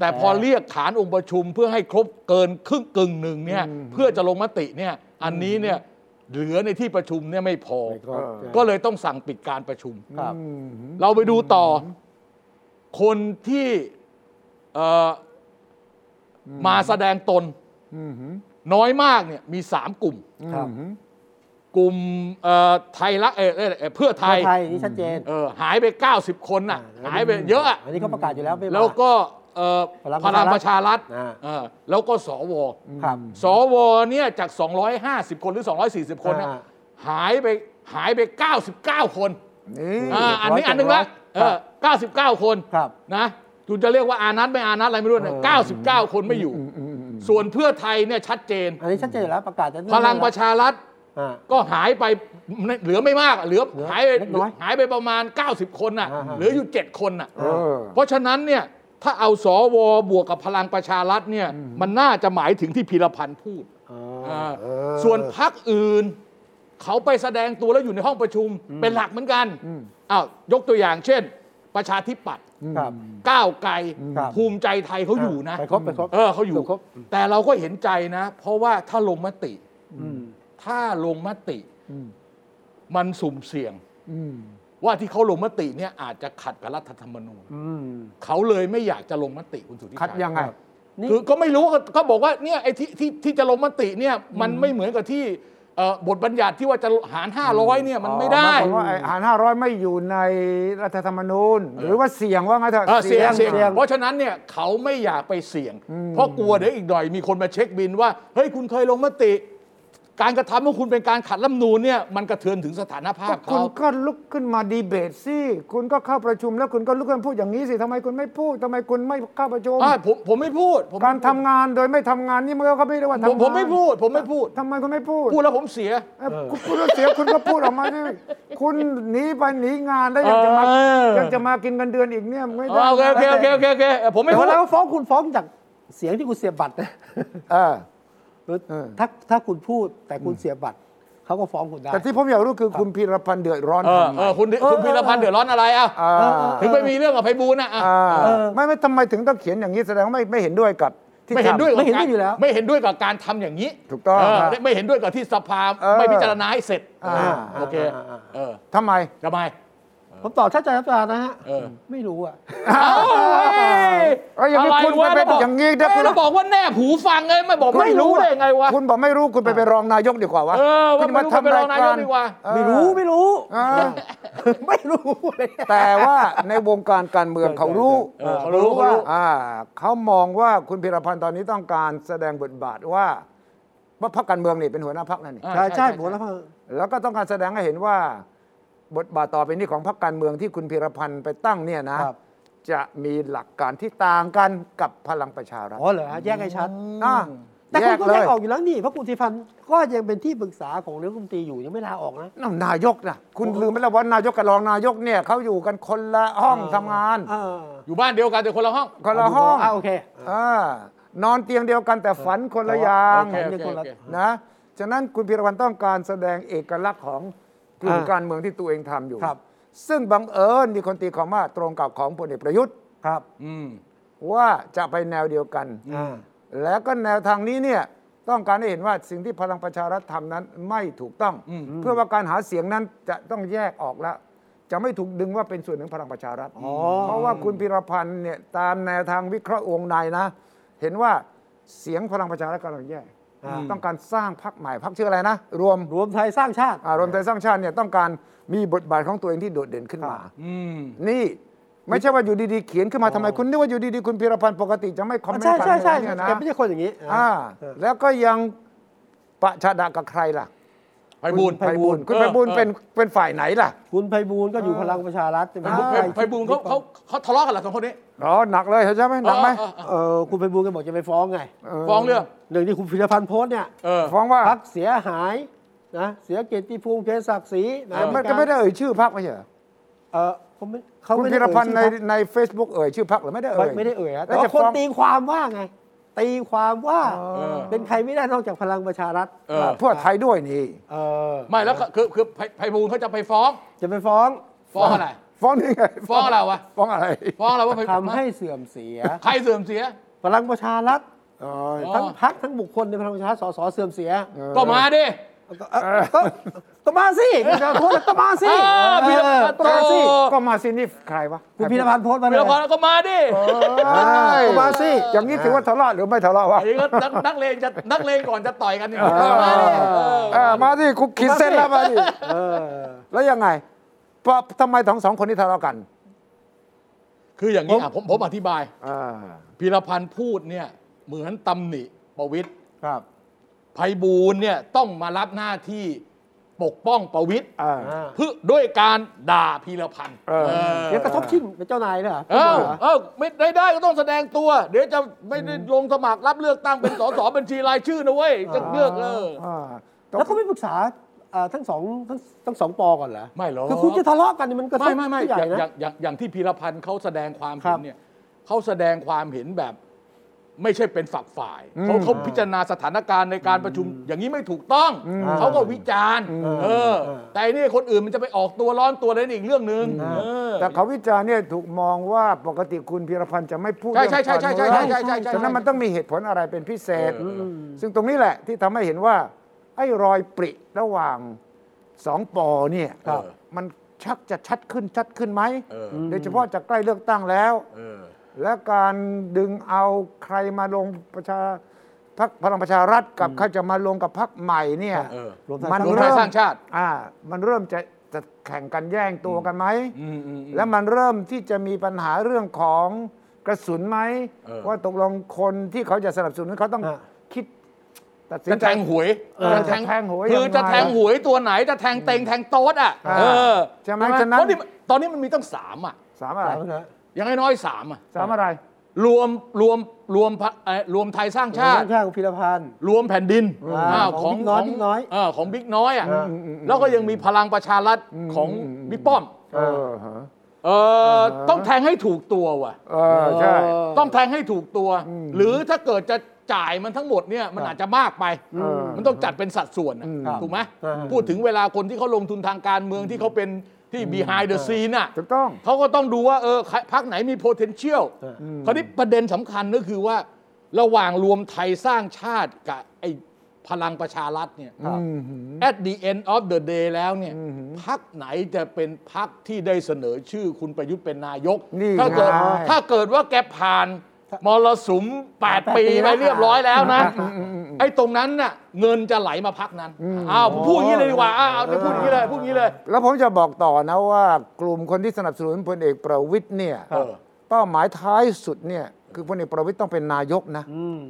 แต่พอเรียกฐานองค์ประชุมเพื่อให้ครบเกินครึ่งกึ่งหนึ่งเนี่ยเพื่อจะลงมติเนี่ยอันนี้เนี่ยเหลือในที่ประชุมเนี่ยไม่พอ ก็เลยต้องสั่งปิดการประชุม
ครับ
เราไปดูต่ออคนที่เอ่ออมาแสดงตนน้อยมากเนี่ยมีสามกลุ่ม
ครับ
กลุ่มเอ่อไทยรักเอ่อเอ่อเอ่อเพื่อไท
ไทย
ย
ไทยนี่ชัดเจน
เอ่อหายไป 90 คนน่ะหายไปเยอะอะ
อันนี้เขาประกาศอยู่แล้วไม่มา
แล้วก็เอ่อพ
พลั
ลัง
ง
ป
ประ ระ
ชา
ชารั
รัฐ
ฐอ่า
เออแล้วก็สว
ครับ
สวเนี่ยจาก 250 คนหรือ 240 คนน่ะ
อ่า
หายไปหายไป 99 คน
นี่
อ่าอันนี้อันหนึงละเออ99 คน
ครับ
นะคุณจะเรียกว่าอานัตไม่อานัตอะไรไม่รู้เนี่ย99 คนไม่อยู่ ส่วนเพื่อไทยเนี่ยชัดเจน
อันนี้ชัดเจนอยู่แล้วประกาศจะ
พลังประชารัฐ
อ่า
ก็หายไปเหลือไม่มากเหลือ
เหลือ
หายไป
เล็กน้อย
หายไปประมาณ 90 คนน่ะ
อ่าฮะ
เหลืออยู่ 7 คนน่ะ
เออ
เพราะฉะนั้นเนี่ยถ้าเอาสวบวกกับพลังประชารัฐเนี่ยมันน่าจะหมายถึงที่พีรพันธ์พูดอ่าส่วนพักอื่น เขาไปแสดงตัวแล้วอยู่ในห้องประชุมเป็นหลักเหมือนกันอ้าวยกตัวอย่างเช่น ประชาธิปัตย์
ครับ
ก้าวไกล
ครับ
ภูมิใจไทยเขาอยู่นะ
ไปครบไปครบ
เออเขาอยู่
ครบ
แต่เราก็เห็นใจนะ เพราะว่าถ้าลงมติ
ม
ถ้าลงมติมันสุ่มเสี่ยงว่าที่เขาลงมติเนี่ยอาจจะขัดกับรัฐธรรมนูญ
อืม
เขาเลยไม่อยากจะลงมติคุณสุทธิชัย
คัดยังไง
นี่
คือก็ไม่รู้ก็ก็บอกว่าเนี่ยไอ้ที่ที่ที่จะลงมติเนี่ยมันไม่เหมือนกับที่เอ่อบทบัญญัติที่ว่าจะหาร 500เนี่ยมันไม่ได้
อ๋อหายความว่าไอ้หารห้าร้อยไม่อยู่ในรัฐธรรมนูญ หรือว่าเสี่ยงว่างั้นเถอะ
เออเสี่ยงเสี่ยง
เสี่ยง
เพราะฉะนั้นเนี่ยเขาไม่อยากไปเสี่ยง เพราะกลัวเดี๋ยวอีกหน่อยมีคนมาเช็คบินว่า เฮ้ยคุณเคยลงมติ การกระทำของคุณเป็นการขัดรัฐธรรมนูญเนี่ยมันกระเทือนถึงสถานภาพ
ก็คุ
เขา
ณก็ลุกขึ้นมาดีเบตสิคุณก็เข้าประชุมแล้วคุณก็ลุกขึ้นมาพูดอย่างนี้สิทำไมคุณไม่พูดทำไมคุณไม่เข้าประชุม
อ่าผมผมไม่พูดผม
การทำงานโดยไม่ทำงานนี่มันก็ไม่เรียกว่า
ผ
ทำงาม น
ผมไม่พูด ผมไม่พูด
ทำไมคุณไม่พูด
พูดแล้วผมเสีย
เอ้ยคุณคุณเสียคุณก็พูดออกมาสิคุณหนีไปหนีงานแล้วยังจะมา
เออ
ยังจะมากินเงินเดือนอีกเนี่ยไม่ได้
อ่าโอเคโอเคโอเคโอเคโอเคเออผมไม่
แต่
พู
ว่า
ด
แล้วฟ้องคุณฟ้องจากเสียงที่คุณเสียบบัตรนะ
เออ เออ
ถ้าถ้าคุณพูดแต่คุณเสียบัตรเขาก็ฟ้องคุณได้
แต่ที่ผมอยากรู้คือคุณพีรพันธ์เดือดร้อน
เออ
ทำไม
เออคุณคุณพีรพันธ์เดือดร้อนอะไรอ่ะ
อ่า
ถึงไปมีเรื่องกับไพบูลย์นะอ่ะ
อ่า
เออ
ไม่ไม่ทำไมถึงต้องเขียนอย่างนี้แสดงว่าไม่ไม่เห็นด้วยกับที่
ไม่เห็น
ทำ
ด้วยกับ
ไม่เห็นด้วย
การ
อยู่แล้ว
ไม่เห็นด้วยกับการทำอย่างนี้
ถูกต้อง
เ
ครับ
ไม่เห็นด้วยกับที่สภา
เออ
ไม่พิจารณาให้เสร็จ
อ่า
โอเคเออ
ทำไม
ทำไมเอ
ผมตอบชัดเจนครับอาจารย์นะฮะ
เออ
ไม่รู้อ่ะ
เอ้ยอย่าไปคุณไปเป็นอย่างงี้นะ
คุ
คุณ
ณบอกว่าแนบหูฟังไงไม่บอกไม่รู้ได้ไงวะ
คุณบอกไม่รู้คุณไปเป็นรองนายกดีกว่าวะ
เออว่าไม่รู้
คุณมทำ
ไปเป็นรองนายกดีกว่า
เออ
ไม่รู้ไม่รู้
อ่า
ไม่รู้เลย
แต่ว่าในวงการการเมืองเขารู้
เออเขารู้เขา
ว่า
รู้
อ่าเขามองว่าคุณพิรพันธ์ตอนนี้ต้องการแสดงบทบาทว่าว่าพรรคการเมืองนี่เป็นหัวหน้าพรรคนั่นนี่
อ่า
ใช่ใช่ผมรับฟัง
แล้วก็ต้องการแสดงให้เห็นว่า บทบาทต่อไปนี้ของพรรคการเมืองที่คุณพิรพันธ์ไปตั้งเนี่ยนะครับ จะมีหลักการที่ต่างกันกับพลังประชารัฐ
อ๋อเหรอฮะแยกให้ชัด
อ่า
แต่
แย
คุณ
ก
ก็
เล
แยก
ย
ออกอยู่แล้วนี่เพราะคุณธีพันธ์ก็ยังเป็นที่ปรึกษาของนายกรัฐมนตรีอยู่ยังไม่ลาออกนะ
นั่นนายกนะคุณลืมไปแล้วว่านายกกับรองนายกเนี่ยเขาอยู่กันคนละห้อง
เออ
ทำงาน
อ่า
อยู่บ้านเดียวกันแต่คนละห้อง
คนละห้อง
อ่าโอเค
อ่านอนเตียงเดียวกันแต่ฝันคนละอย่าง
โอเค
แต่ว่าคนละ
นะฉะนั้นคุณพิรพันธ์ต้องการแสดงเอกลักษณ์ของกลุ่ม
อ่า
การเมืองที่ตัวเองทำอยู่
ครับ
ซึ่งบังเอิญมีคนตีความว่าตรงกับของพลเอกประยุทธ์
ครับ
อืม
ว่าจะไปแนวเดียวกัน
อ่า
แล้วก็แนวทางนี้เนี่ยต้องการให้เห็นว่าสิ่งที่พลังประชารัฐทำนั้นไม่ถูกต้อง
อืม
เพื่อว่าการหาเสียงนั้นจะต้องแยกออกแล้ว จะไม่ถูกดึงว่าเป็นส่วนหนึ่งพลังประชารัฐ
อ๋อ
เพราะว่าคุณพิรพันธ์เนี่ยตามแนวทางวิเคราะห์วงในนะ เห็นว่าเสียงพลังประชารัฐกำลังแย่
อ่า
ต้องการสร้างพรรคใหม่พรรคชื่ออะไรนะ รวม
รวมไทยสร้างชาติ
อ่ารวมไทยสร้างชาติเนี่ยต้องการมีบทบาทของตัวเองที่โดดเด่นขึ้นมา
อืม
นี่ไม่ใช่ว่าอยู่ดีๆเขียนขึ้นมาทำไมคุณนึกว่าอยู่ดีๆคุณพิรพันธ์ปกติจะไม่คอมเมนต์
ใช่
การ
ใช่
เมื
ใช่
องเนี่ยนะ
แกไม่ใช่คนอย่างนี้อ่า
อ่า
เออ
แล้วก็ยังประชาดากับใครล่ะ
ไพบูลย์
ไพบูลย์
คุณไพบูลย์
เออ
เป็นเป็นฝ่ายไหนล่ะ
คุณไพบูลย์ก็อยู่พลังประชารัฐใช่ไหม
อ่า
ไพไพบูลย์เขาเขาเขาทะเลาะกันเหรอสองคนนี้
อ๋อหนักเลยใช่ไหมหนักไหม
เออเออ
เออคุณไพบูลย์แกบอกจะไปฟ้องไง
เ
เออฟ้องเรื่อง
หนึ่งที่คุณพิรพันธ์โพสต์เนี่ย
เออ
ฟ้องว่า
พักเสียหายนะเสียเกียรติภูมิเกียรติศักดิ์ศรีนะ
แต่มันก็ไม่ได้เอ่ยชื่อพรรคไม่ใช่เหรอ
เออเขาไม่เขา
คุณ
ไม่ได้
พิร
เอ่ย
พันธ์ใน
ชื่อพรรค
ใน Facebook เอ่ยชื่อพรรคหรือไม่ได้เอ่
ไม่
ย
ไม่ได้เอ่ยฮะ
แล้
แต่
ว
ว่า
จะ
คน
ฟ้อง
ตีความว่าไง ตีความว่า
เออ
เป็นใครไม่ได้นอกจากพลังประชารัฐ
เออ
เพื่อไทยด้วยนี่
เออ
ไม่แล้วก็คือคือไพไพบูลย์เขาจะไปฟ้อง
จะไปฟ้อง
ฟ้องอะไร
ฟ้องนี่ไง
ฟ้องอะไรวะ
ฟ้องอะไร
ฟ้องอะไรว่าไพ
ทำให้เสื่อมเสีย
ใครเสื่อมเสีย
พลังประชารัฐ
เออ
อ๋อ
ทั้งพักทั้งบุคคลในพลังประชารัฐสสเสื่อมเสีย
ก็มาดิ
ก็เอ่อก็ก็มาสิจะโทษก็มาสิ
เออพิรพันธ์
เออก็มาสิ
โอ้
ก็มาสินี่ใครวะ
คุณพิรพันธ์โพสต์มาเล
พิ
ย
รพันธ์ก็มาดิ
เอ้ย
ก็มาสิ
อย่างนี้ถือว่าทะเลาะหรือไม่ทะเลาะวะ
อันนี้ก็นักนักเลงจะนักเลงก่อนจะต่อยกันนี่
เออ
มาดิ
เออมาสิคุกขีดเส้นแล้วมาดิ
เออ
แล้วยังไงปะทำไมทั้งสองคนนี้ทะเลาะกัน
คืออย่างนี้อ่ะผมผมอธิบาย
อ่า
พิรพันธ์พูดเนี่ยเหมือนตำหนิประวิตย
ครับ
ไพบูลย์เนี่ยต้องมารับหน้าที่ปกป้องประวิตย
อ่า
เพื่อด้วยการด่าพีรพันธ์
เออ
เออ
เดี๋ยวกระทบชิ่งเป็นเจ้านายด้วยเหรอ
เออเออไม่ได้ได้ก็ต้องแสดงตัว เดี๋ยวจะไม่ได้ลงสมัครรับเลือกตั้งเป็นสสบัญชีรายชื่อนะเว้ยจะเลือกเออ
อ่าตก
แล้วเขาไม่ปรึกษาเอ่อทั้งสองทั้งทั้งสองปอก่อนเหรอ
ไม่หรอก
คือคุณจะทะเลาะกันเนี่ยมันกระทบ
ไม่ไม่ไม่
ผู้
อ
ใหญ่
ย่าง
นะ
อย่างอย่างอย่างที่พีรพันธ์เขาแสดงความ
ครั
เห็น
บ
เนี่ยเขาแสดงความเห็นแบบ ไม่ใช่เป็นฝักฝ่ายเขาเขาพิจารณาสถานการณ์ในการประชุม อย่างนี้ไม่ถูกต้องเขาก็วิจารณ์เออ แต่ไอ้นี่คนอื่นมันจะไปออกตัวร้อนตัวอะไรนี่อีกเรื่องหนึ่งเออ
แต่เขาวิจารณ์เนี่ยถูกมองว่าปกติคุณพีรพันธ์จะไม่พูด
ใช่ใช่
เรื่องการ
ใช่ใช่ใช่ใช่ใช่ใช่
ฉะนั้นมันต้องมีเหตุผลอะไรเป็นพิเศษ
เออเออ
ซึ่งตรงนี้แหละที่ทำให้เห็นว่า ไอ้รอยปริระหว่างสองปอเนี่ย
ครับ
มันชักจะชัดขึ้นชัดขึ้นไหม
เออ
โดยเฉพาะจะใกล้เลือกตั้งแล้ว
เออ
และการดึงเอาใครมาลงประชาพักพลังประชารัฐกับใครจะมาลงกับพักใหม่เนี่ย
เออ
รวมไทย
มัน
รวมไทยสร้างชาติ
อ่า มันเริ่มจะจะแข่งกันแย่งตัวกันไหม
อืมอืมอืม
แล้วมันเริ่มที่จะมีปัญหาเรื่องของกระสุนไหม
เออ
ว่าตกลงคนที่เขาจะสนับสนุนเขาต้อง
อ่ะ
คิดตัดสิน
จะ
ใจ
แทงหวย
เออจะแทงหวย
คือ
ยังไง
จะแทงหวยตัวไหนจะแทงเต็งแทงโต๊ดอ่ะ
อ่า
เออ
ใช่ไหมฉะนั้น
เพราะนี่ตอนนี้มันมีตั้งสามอ่ะ
สามอะไร
อย่างน้อยๆสามอ่ะ
สามอะไร
รวมรวมรวมพรรคเอ่อรวมไทยสร้างชา
ชาติ
ติ
ชาติของพิรพันธ์
รวมแผ่นดิน
อ่า
า
ของบิ๊กน้อยบิ๊กน้อย
เของบิ๊กน้อยอ่ะแล้วก็ยังมีพลังประชารัฐของบิ๊กป้อม
เออฮะ
เออต้องแทงให้ถูกตัวว่ะ
เออใช่
ต้องแทงให้ถูกตัว หรือถ้าเกิดจะจ่ายมันทั้งหมดเนี่ยมันอาจจะมากไป
อ
มันต้องจัดเป็นสัดส่วนน่ะถูกไหม
อ่า
พูดถึงเวลาคนที่เขาลงทุนทางการเมืองที่เขาเป็นที่ behind the scene น่ะ
ถูกต้อง
เขาก็ต้องดูว่าเออใครพักไหนมี potential คราวนี้ประเด็นสำคัญก็คือว่า ระหว่างรวมไทยสร้างชาติกับไอ้ พลังประชารัฐเนี่ย
ครับ
อืมหืม
at the end of the day แล้วเนี่ย
อือหือ
พักไหนจะเป็นพักที่ได้เสนอชื่อคุณประยุทธ์เป็นนายก
นี่
ถ้าเกิด
ไง
ถ้าเกิดว่าแกผ่านมรสุม 8 ปีไปเรียบร้อยแล้วนะ
อืมอืมอืมอืม
ไอ้ตรงนั้นน่ะเงินจะไหลมาพักนั้นอ้าวผมพูดอย่างนี้เลยดีกว่าอ้าวเอาพูดอย่างนี้เลยพูดอย่างนี้เลย
แล้วผมจะบอกต่อนะว่ากลุ่มคนที่สนับสนุนพลเอกประวิทย์เนี่ย
เออ
เป้าหมายท้ายสุดเนี่ยคือพลเอกประวิทย์ต้องเป็นนายกนะ
อืม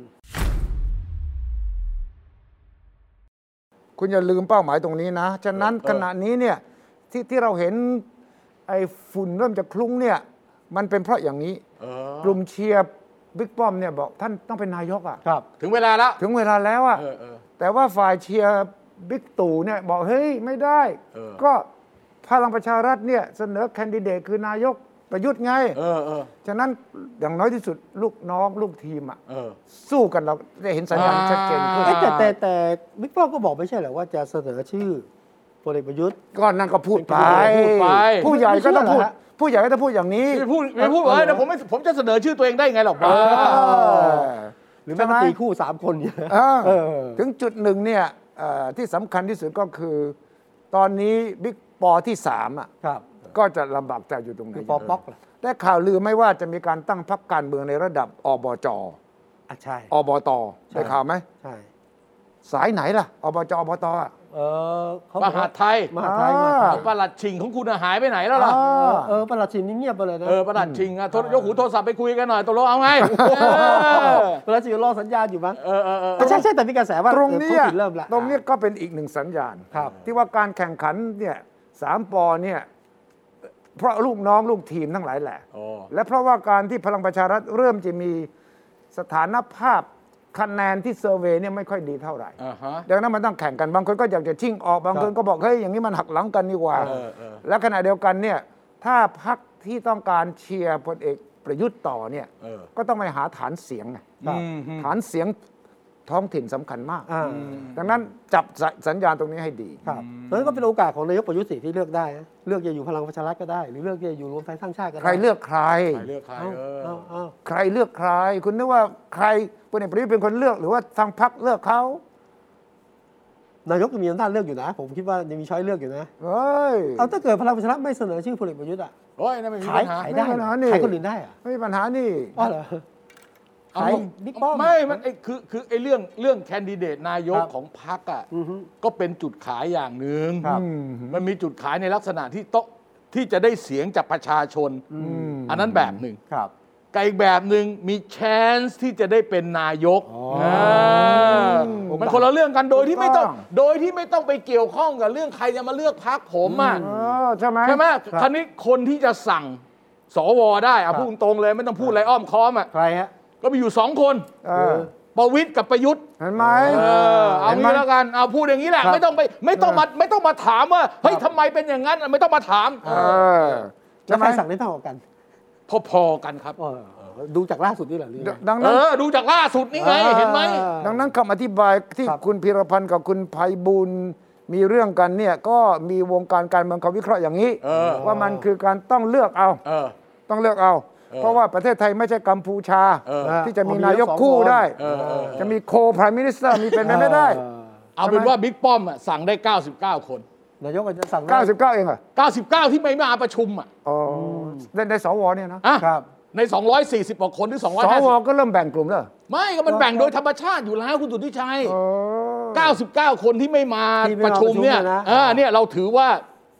คุณอย่าลืมเป้าหมายตรงนี้นะ ฉะนั้น
เออ
ขณะนี้เนี่ยที่ที่เราเห็นไอ้ฝุ่นเริ่มจะคลุ้งเนี่ยมันเป็นเพราะอย่างนี้
เออก
ลุ่มเชียร์บิ๊กป้อมเนี่ยบอกท่านต้องเป็นนายกอ่ะ
ครับ
ถึงเวลาแล้ว
ถึงเวลาแล้วอ่ะ
เออเออ
แต่ว่าฝ่ายเชียร์บิ๊กตู่เนี่ยบอกเฮ้ยไม่ได้
เออ
ก็พลังประชารัฐเนี่ยเสนอแคนดิเดตคือนายกประยุทธ์ไง
เออเออ
ฉะนั้นอย่างน้อยที่สุดลูกน้องลูกทีมอ่ะ
เออ
สู้กันเราได้เห็นสัญญาณชัดเจนขึ้น
เอ๊ะแต่แต่แต่บิ๊กป้อมก็บอกไม่ใช่เหรอว่าจะเสนอชื่อพลเอกประยุทธ์
ก็นั่นก็พูดไป
พูดไป
ผู้ใหญ่ก็ต้องพูด
ไม่เชื่อเหรอฮะ
ผู้ใหญ่ก็ต้องพูดอย่างนี้
ไม่พูดไม่พูดว่าเอ้ยนะผมไม่ผมจะเสนอชื่อตัวเองได้ไงหรอกบ้า
หรือแม้แต่ตีคู่สามคนเนี่ย
เออ
เออ
ถึงจุดหนึ่งเนี่ยเอ่อที่สำคัญที่สุดก็คือ ตอนนี้บิ๊กปอที่สามอ่ะ
ครับ
ก็จะลำบากใจอยู่ตรงไหน
คือปอป๊อกเหรอ
ได้ข่าวลือไหม่ว่าจะมีการตั้งพรรคการเมืองในระดับอบจ
อ่ะใช่
อบตได้ข่าวไหม
ใช่
สายไหนล่ะอบจอบตอ่ะ
เออเขา
ม
บอก
หา
ว่า
ดไทย
มหาไทยม
อ่า
หาไทย
ประหลัดชิงของคุณน่ะหายไปไหนแล้วล่ะ
เออเออประหลัดชินนี่เงียบไปเลยนะ
เออประหลัดชิงอ่ะโทรยกหูโทรศัพท์ไปคุยกันหน่อยตกลงเอาไง
ประหลัดชินรอสัญญาณอยู่มั้ง
เออเออเออเออ
ใช่ใช่แต่มีกระแสว่า
ตรงเนี้ย
เออธุกิจเริ่มละ
ตรงเนี้ยก็เป็นอีกหนึ่งสัญญาณ
ครับ
ที่ว่าการแข่งขันเนี่ยสามปอเนี่ยเพราะลูกน้องลูกทีมทั้งหลายแหละ
โอ้
และเพราะว่าการที่พลังประชารัฐเริ่มจะมีสถานภาพคะแนนที่เซอร์เวยเนี่ยไม่ค่อยดีเท่าไหร่
อ่าฮะ
ดังนั้นมันต้องแข่งกันบางคนก็อยากจะชิ่งออกบาง
ครับ
คนก็บอกเฮ้ยอย่างนี้มันหักหลังกันดีกว่า
เออเออ
และขณะเดียวกันเนี่ยถ้าพักที่ต้องการเชียร์พลเอกประยุทธ์ต่อเนี่ย
เออ
ก็ต้องไปหาฐานเสียงไง
ครับ
อืมฮึ
ฐานเสียงท้องถิ่นสำคัญมาก
อ่า
ดังนั้นจับสสัญญาณตรงนี้ให้ดี
ครับแล้วก็เป็นโอกาสของนายกประยุทธ์สิที่เลือกได้นะเลือกจะอยู่พลังประชารัฐก็ได้ หรือเลือกจะอยู่รวมไทยสร้างชาติก็ได้
ใครเลือกใคร
ใครเลือกใคร
เอ้า
เออ
เอ้าเอ้า
ใครเลือกใคร คุณนึกว่าใครพลเอกประยุทธ์เป็นคนเลือก หรือว่าทางพรรคเลือกเขา
นายกยังมีอำนาจเลือกอยู่นะ ผมคิดว่ายังมีช้อยเลือกอยู่นะ
เฮ้ย
เอาถ้าเกิดพลังประชารัฐไม่เสนอชื่อพลเอกประยุทธ์อ่ะ
โอ้ยนั่นไม่มี
ขาย
ปัญหา
ขายได้
ไม่
เหร
เสน
อ
อนี่
ขายคนอื่นได้เหรอ่ะ
ไม่มีปัญหานี่
อ๋อเหรอ
เอ
ขายบิ๊กป้อม
ไม่มันไอ้คือคือไอ้เรื่องเรื่องแคนดิเดตนาย
ค
ก
รับ
ของพรรคอ่ะ
อือฮึ
ก็เป็นจุดขายอย่างหนึ่ง
ครับ
อืม
มันมีจุดขายในลักษณะที่โต๊ะที่จะได้เสียงจากประชาชน อันนั้นแบบหนึ่ง
ครับ
กับอีกแบบหนึ่งมีแชนส์ที่จะได้เป็นนายกามันคนละเรื่องกันโดยที่ไม่ต้อง
ถูกต้อง
โดยที่ไม่ต้องไปเกี่ยวข้องกับเรื่องใครจะมาเลือกพักผมอ่ะ
เออใช่ไหม
ใช่ไหมคราวนี้คนที่จะสั่งสวได้
ครั
อ่ะ
บ
พูดตรงเลยไม่ต้องพูดอะไรอ้อมค้อมอ่ะ
ใครฮะ
ก็มีอยู่สองคน
เออ
ประวิตยกับประยุทธ์
เห็นไหม
เออเอา
เห็นไหม
งี้แล้วกันเอาพูดอย่างนี้แหละไม่ต้องไปไม่ต้องมาไม่ต้องมาถามว่าเฮ้ยทำไมเป็นอย่างนั้นไม่ต้องมาถาม
เออ
แล้
ใช่
ว
ไห
ใค
ม
รสั่งได้เท่ากัน
พอๆกันครับ
เออดูจากล่าสุดนี่เหรอหรือไง
ดัง
เอ
นั้น
อดูจากล่าสุดนี่ไงเห็นไหม
ดังนั้นคำอธิบายที่
ครับ
คุณพิรพันธ์กับคุณภัยบุญมีเรื่องกันเนี่ยก็มีวงการการเมืองเขาวิเคราะห์อย่างนี้
เออ
ว่ามันคือการต้องเลือกเอา
เออ
ต้องเลือกเอา เพราะว่าประเทศไทยไม่ใช่กัมพูชา
เออ
ที่จะมีนายกคู่ได้
เออเออ
จะมีโคพร i มิ i ิสเตอร์มีเป็นไปไม่ได้
เออ
เอาเป็นว่าบิ๊กป้อมอะสั่งได้ 99 คน
นายกอาจจะสั่งได้
99 เองเหรอ
99 ที่ไม่มาประชุมอ่ะ
อ๋อในในสวเนี่ยนะ
อะ
ครับ
ใน 240กว่าคนหรือ
สว
250
ก็เริ่มแบ่งกลุ่มแล้วเหรอ
ไม่ก็มันแบ่งโดยธรรมชาติอยู่แล้วคุณสุทธิชัย
เออ
99 คนที่ไม่มา
ที่ไม่มา
ประชุมเนี่ย
ประชุมเนี่ยนะ
เออเนี่ยเราถือว่า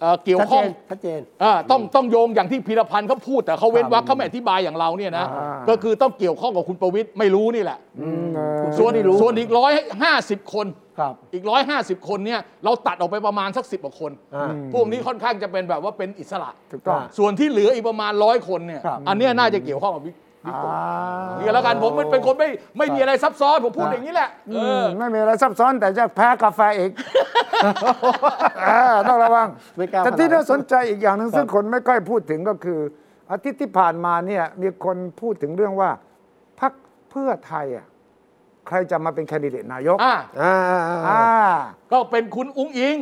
เอ่อเกี่ยว
ชัด
ข้
เจ
อง
นชัดเจน
เออต้องต้องโยงอย่างที่พีรพันธ์เขาพูดแต่เขาเว้นวรรคเขาไม่อธิบายอย่างเราเนี่ยนะ
อ่า
ก็คือต้องเกี่ยวข้องกับคุณประวิตยไม่รู้นี่แหละ
เออ
ส่วน
ไม่รู้
ส่วนอีกร้อยห้าสิบคน
ครับ
อีก 150 คนเนี่ยเราตัดออกไปประมาณสักสิบกว่าคน
อ่า
พวกนี้ค่อนข้างจะเป็นแบบว่าเป็นอิสระ
ถูกต้อง
อ่ะ
ส่วนที่เหลืออีกประมาณร้อยคนเนี่ย
ครับ
อันเนี้ยน่าจะเกี่ยวข้องกับบิ๊กบิ๊กตู่นี่ก็แล้วกันผมมันเป็นคนไม่ไม่มีอะไรซับซ้อน ผมพูดอย่างนี้แหละ เอ
อื
อ
มไม่มีอะไรซับซ้อนแต่จะแพ้กาแฟอีกเออต้องระวัง
ไม่กล้า
แต่ที่
ขด
น่าสนใจอีกอย่างหนึ่งซึ่งคนไม่ค่อยพูดถึงก็คือ อาทิตย์ที่ผ่านมาเนี่ยมีคนพูดถึงเรื่องว่าพักเพื่อไทยอ่ะใครจะมาเป็นแคนดิเดตนายก
อ่ะ
อ่า
อ่า
ก็เป็นคุณอุ้งอิง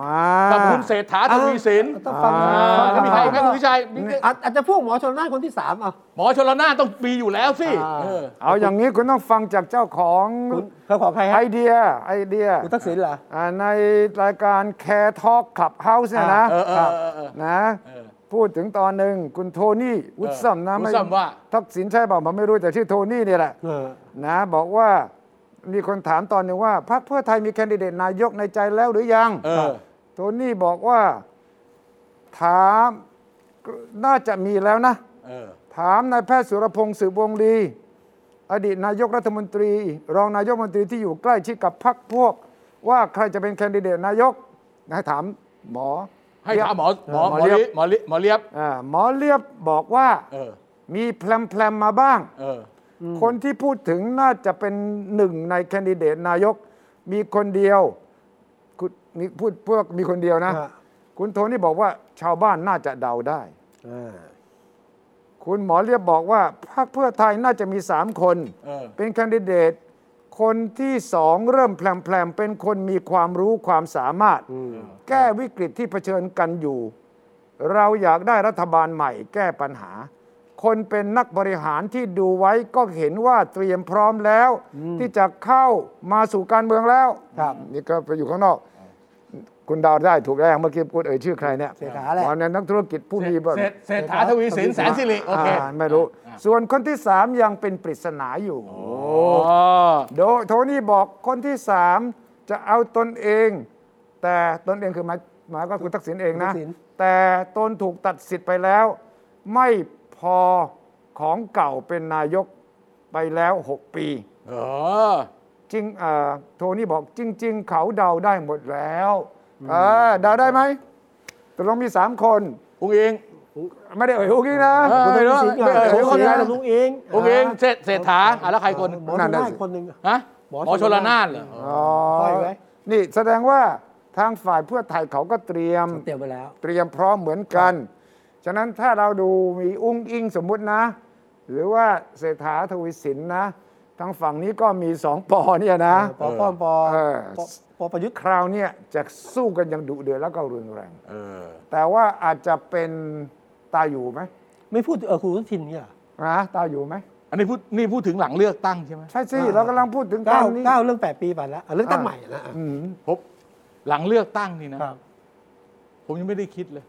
มา
กับคุณเศรษฐาทวีสิน
ต้องฟัง
อ่า
ฟัง
แล้วมีใครครับคุณวิชัยมี
อาจอาจจะพวกหมอชนน่านคนที่สามอ่ะ
หมอชลนานต้องมีอยู่แล้วสิ
อ่า
เออ
เอาอย่างนี้คุณต้องฟังจากเจ้าของ
คุณเขาขอใครฮะ
ไอเดียไอเดีย
คุณทักษิณเหรอ
อ่าในรายการแคร์ทอ l กคลับเฮาส์เนี่ยนะ
เออเออ
ครับ
เออเออ
นะ
เออ
พูดถึงตอนหนึ่งคุณโทนี่วุฒิสัมนะ
วุฒิสัมว่า
ทักษิณใช่เปล่าผมไม่รู้แต่ชื่อโทนี่เนี่ยแหละ
เออ
นะบอกว่ามีคนถามตอนหนึ่งว่าพรรคเพื่อไทยมีแคนดิเดตนายกในใจแล้วหรือยัง
เออ
ครับโทนี่บอกว่า ถามน่าจะมีแล้วนะ
เออ
ถามนายแพทย์สุรพงศ์สืบวงลีอดีตนายกรัฐมนตรี รองนายกรัฐมนตรีที่อยู่ใกล้ชิดกับพรรคพวก ว่าใครจะเป็นแคนดิเดตนายกนะถามหมอ
ให้ถามหมอหมอ
เลียบ
หมอเลียบหมอเลียบ
อ่าหมอเลียบบอกว่า
เออ
มีแพลมๆมาบ้าง
เออ
คนที่พูดถึงน่าจะเป็นหนึ่งในแคนดิเดตนายก มีคนเดียวคุณมีพูดพวกมีคนเดียวนะ
ฮะ
คุณโทนี่บอกว่าชาวบ้านน่าจะเดาได้
อ่า
คุณหมอเรียบบอกว่าพรรคเพื่อไทยน่าจะมีสามคน
เออ
เป็นแคนดิเดต คนที่สองเริ่มแพลมๆเป็นคนมีความรู้ความสามารถ แก้วิกฤตที่เผชิญกันอยู่ เราอยากได้รัฐบาลใหม่แก้ปัญหา คนเป็นนักบริหารที่ดูไว้ก็เห็นว่าเตรียมพร้อมแล้ว ที่จะเข้ามาสู่การเมืองแล้ว
ครับ
นี่ก็ไปอยู่ข้างนอก คุณเดาวได้ถูกแล้วเมื่อกี้คุณเอ่ยชื่อใครเนี่ย
เศรษฐาแหละ
อ๋อเนี่ยนักธุรกิจผู้มีบ
เศรษเศรษฐาทวีสินแสนสิริโอเค
อ่าไม่รู้ ส่วนคนที่สามยังเป็นปริศนาอยู่
โอ้
โดโทนี่บอกคนที่สามจะเอาตนเอง แต่ตนเองคือหมายหมายก็คุณทักษิณเองนะ
ทักษิณ
แต่ตนถูกตัดสิทธิ์ไปแล้ว ไม่พอของเก่าเป็นนายกไปแล้ว 6 ปี
เออ
จริงเอ่อโทนี่บอกจริง ๆ เขาเดาได้หมดแล้วเออเดาได้ไหมตกลงมี 3 คน
อุ้งอิง
ไม่ได้เอ่ยฮุกอีกนะ
เออ
คุณทักษิณก่อน
เออ
คุณ
เออ
ทักษิณแล้วลุงเอง
อุ้งอิงเศรษเศรษฐาอ่ะแล้วใครคน
หมอชนน่านคนหนึ่ง
ฮะ
ห
ห
ม
ม
อ
อชลนา
ช
น
ลนาน
เหรอ
อ๋อ
ค่อยไว้
นี่แสดงว่าทางฝ่ายเพื่อไทยเขาก็เตรียม
เตรียมไปแล้ว
เตรียมพร้อมเหมือนกัน ฉะนั้นถ้าเราดูมีอุ้งอิงสมมุตินะ หรือว่าเศรษฐาทวีสินนะ ทางฝั่งนี้ก็มีสองปอเนี่ยนะ
ปอป้อมปอ
เออ
ปอปอประยุทธ์
คราวเนี้ยจะสู้กันอย่างดุเดือดแล้วก็รุนแรง
เออ
แต่ว่าอาจจะเป็นตาอยู่ไหม
ไม่พูดเออคุณอนุทินเนี่ย
นะตาอยู่ไหม
อันนี้พูดนี่พูดถึงหลังเลือกตั้งใช่ไหม
ใช่สิเรากำลังพูดถึงตอ
เก้าน
นี้
เก้าเรื่องแปดปีผ่านแล้วอ่ะเรื่องตั้งใหม่นะอ่ะ
อืม
พบหลังเลือกตั้งนี่นะ
ครับ
ผมยังไม่ได้คิดเลย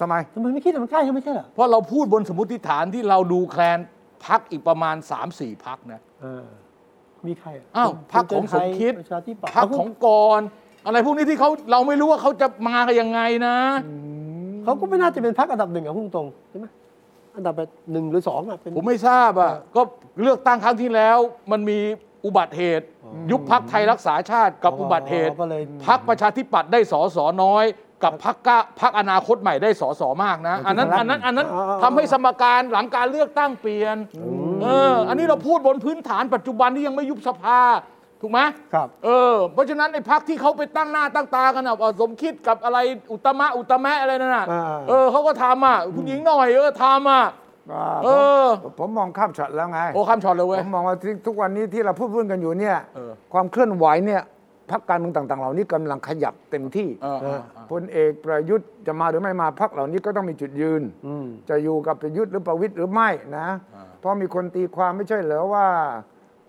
ทำไม
ทำไมไม่คิดว่ามันใกล้ยังไม่ใช่เหรอ
เพราะเราพูดบนสมมติฐานที่เราดูแคลนพักอีกประมาณ 3-4พักนะ
เออมีใคระ
อ้าวพรรคของสมคิด
ประชาธิปัตย์
พักของกรณ์อะไรพวกนี้ที่เขาเราไม่รู้ว่าเขาจะมากันยังไงนะ
เขาก็ไม่น่าจะเป็นพรรคอันดับหนึ่งอะพุ่งตรงๆใช่ไหมอันดับแบบหนึ่งหรือสองอะเป็น
ผมไม่ทราบอ่ะก็เลือกตั้งครั้งที่แล้ว มันมีอุบัติเหตุ ยุบพักไทยรักษาชาติกับ
อ๋อ
อุบัติเหตุ
ก็เลย
พักประชาธิปัตย์ได้สอสอน้อย กับพักก้าพักอนาคตใหม่ได้สอสอมากนะ อันนั้นอันนั้นอันนั้นทำให้สมการหลังการเลือกตั้งเปลี่ยนเอออันนี้เราพูดบนพื้นฐานปัจจุบันที่ยังไม่ยุบสภาถูกไหม
ครับ
เออเพราะฉะนั้นไอ้พักที่เขาไปตั้งหน้าตั้งตากันอ่ะเอาสมคิดกับอะไรอุตตมะอุตตมะอะไรนั่นน่ะ
อ่า
เออเขาก็ทำอ่ะคุณหญิงหน่อยเออทำอ่ะ
อ่า
เออ
ผมผมมองข้ามช็อตแล้วไง
โอ้ข้ามช็อตเลยเว้
ผ
ย
มมองว่าที่ทุกวันนี้ที่เราพูดพูดกันอยู่เนี่ย
เออ
ความเคลื่อนไหวเนี่ยพรรคการเมืองต่าง ๆ เหล่านี้กำลังขยับเต็มที่
เออเออเออ
พลเอกประยุทธ์จะมาหรือไม่มาพรรคเหล่านี้ก็ต้องมีจุดยืน
อืม
จะอยู่กับประยุทธ์หรือประวิตยหรือไม่นะ เพราะมีคนตีความไม่ใช่เหรอว่า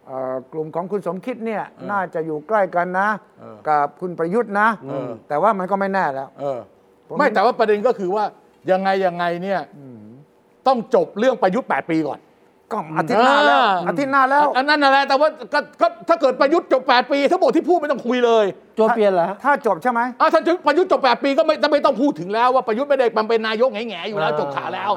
เอ่อกลุ่มของคุณสมคิดเนี่ยน่าจะอยู่ใกล้กันนะ กับคุณประยุทธ์นะ
เออ
แต่ว่ามันก็ไม่แน่แล้ว
เออ
ผม
ไม่แต่ว่าประเด็นก็คือว่ายังไงยังไงเนี่ยต้องจบเรื่องประยุทธ์ 8 ปีก่อน
ก็อาทิตย์หน้าแล้วอาทิตย์หน้าแล้ว
อันนั้นอะไรแต่ว่าก็ก็ถ้าเกิดประยุทธ์จบ 8 ปีทั้งหมดที่พูดไม่ต้องคุยเลย
โจเปลี่ยนเหรอฮะ
ถ้าจบใช่ไหม
อ่ะถ้าประยุทธ์จบ 8 ปีก็ไม่ไม่ต้องพูดถึงแล้วว่าประยุทธ์ไม่ได้มันเป็นนายกแง่ๆอยู่แล้วจบขาแล้ว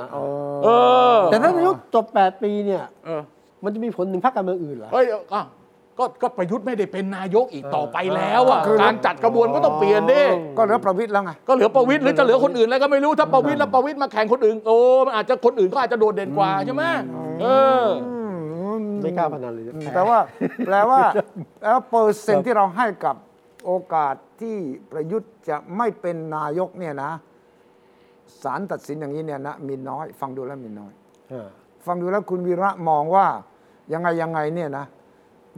เออ
แต่ถ้านายกจบ 8 ปีเนี่ย
เออ
มันจะมีผลถึงพรรคการเมืองอื่นเหรอ
เฮ้ยอ่ะก็ก็ประยุทธ์ไม่ได้เป็นนายกอีกต่อไปแล้วอ่ะ
เออคือ
การจัดกระบวนก็ต้องเปลี่ยนดิ
ก็เหลือประวิตยแล้วไง
ก็เหลือประวิทย์หรือจะเหลือคนอื่นแล้วก็ไม่รู้ถ้าประวิทย์แล้วประวิทย์มาแข่งคนอื่นโอ้มันอาจจะคนอื่นก็อาจจะโดดเด่นกว่าใช่ไหมเออ
ไม่กล้าพนันเลย
อืม
พ้
แต่ว่าแปลว่าแล้วเปอร์เซ็นต์ที่เราให้กับโอกาสที่ประยุทธ์จะไม่เป็นนายกเนี่ยนะสารตัดสินอย่างนี้เนี่ยนะมีน้อย ฟังดูแล้วมีน้อย ฟังดูแล้วคุณวีระมองว่ายังไงยังไงเนี่ยนะ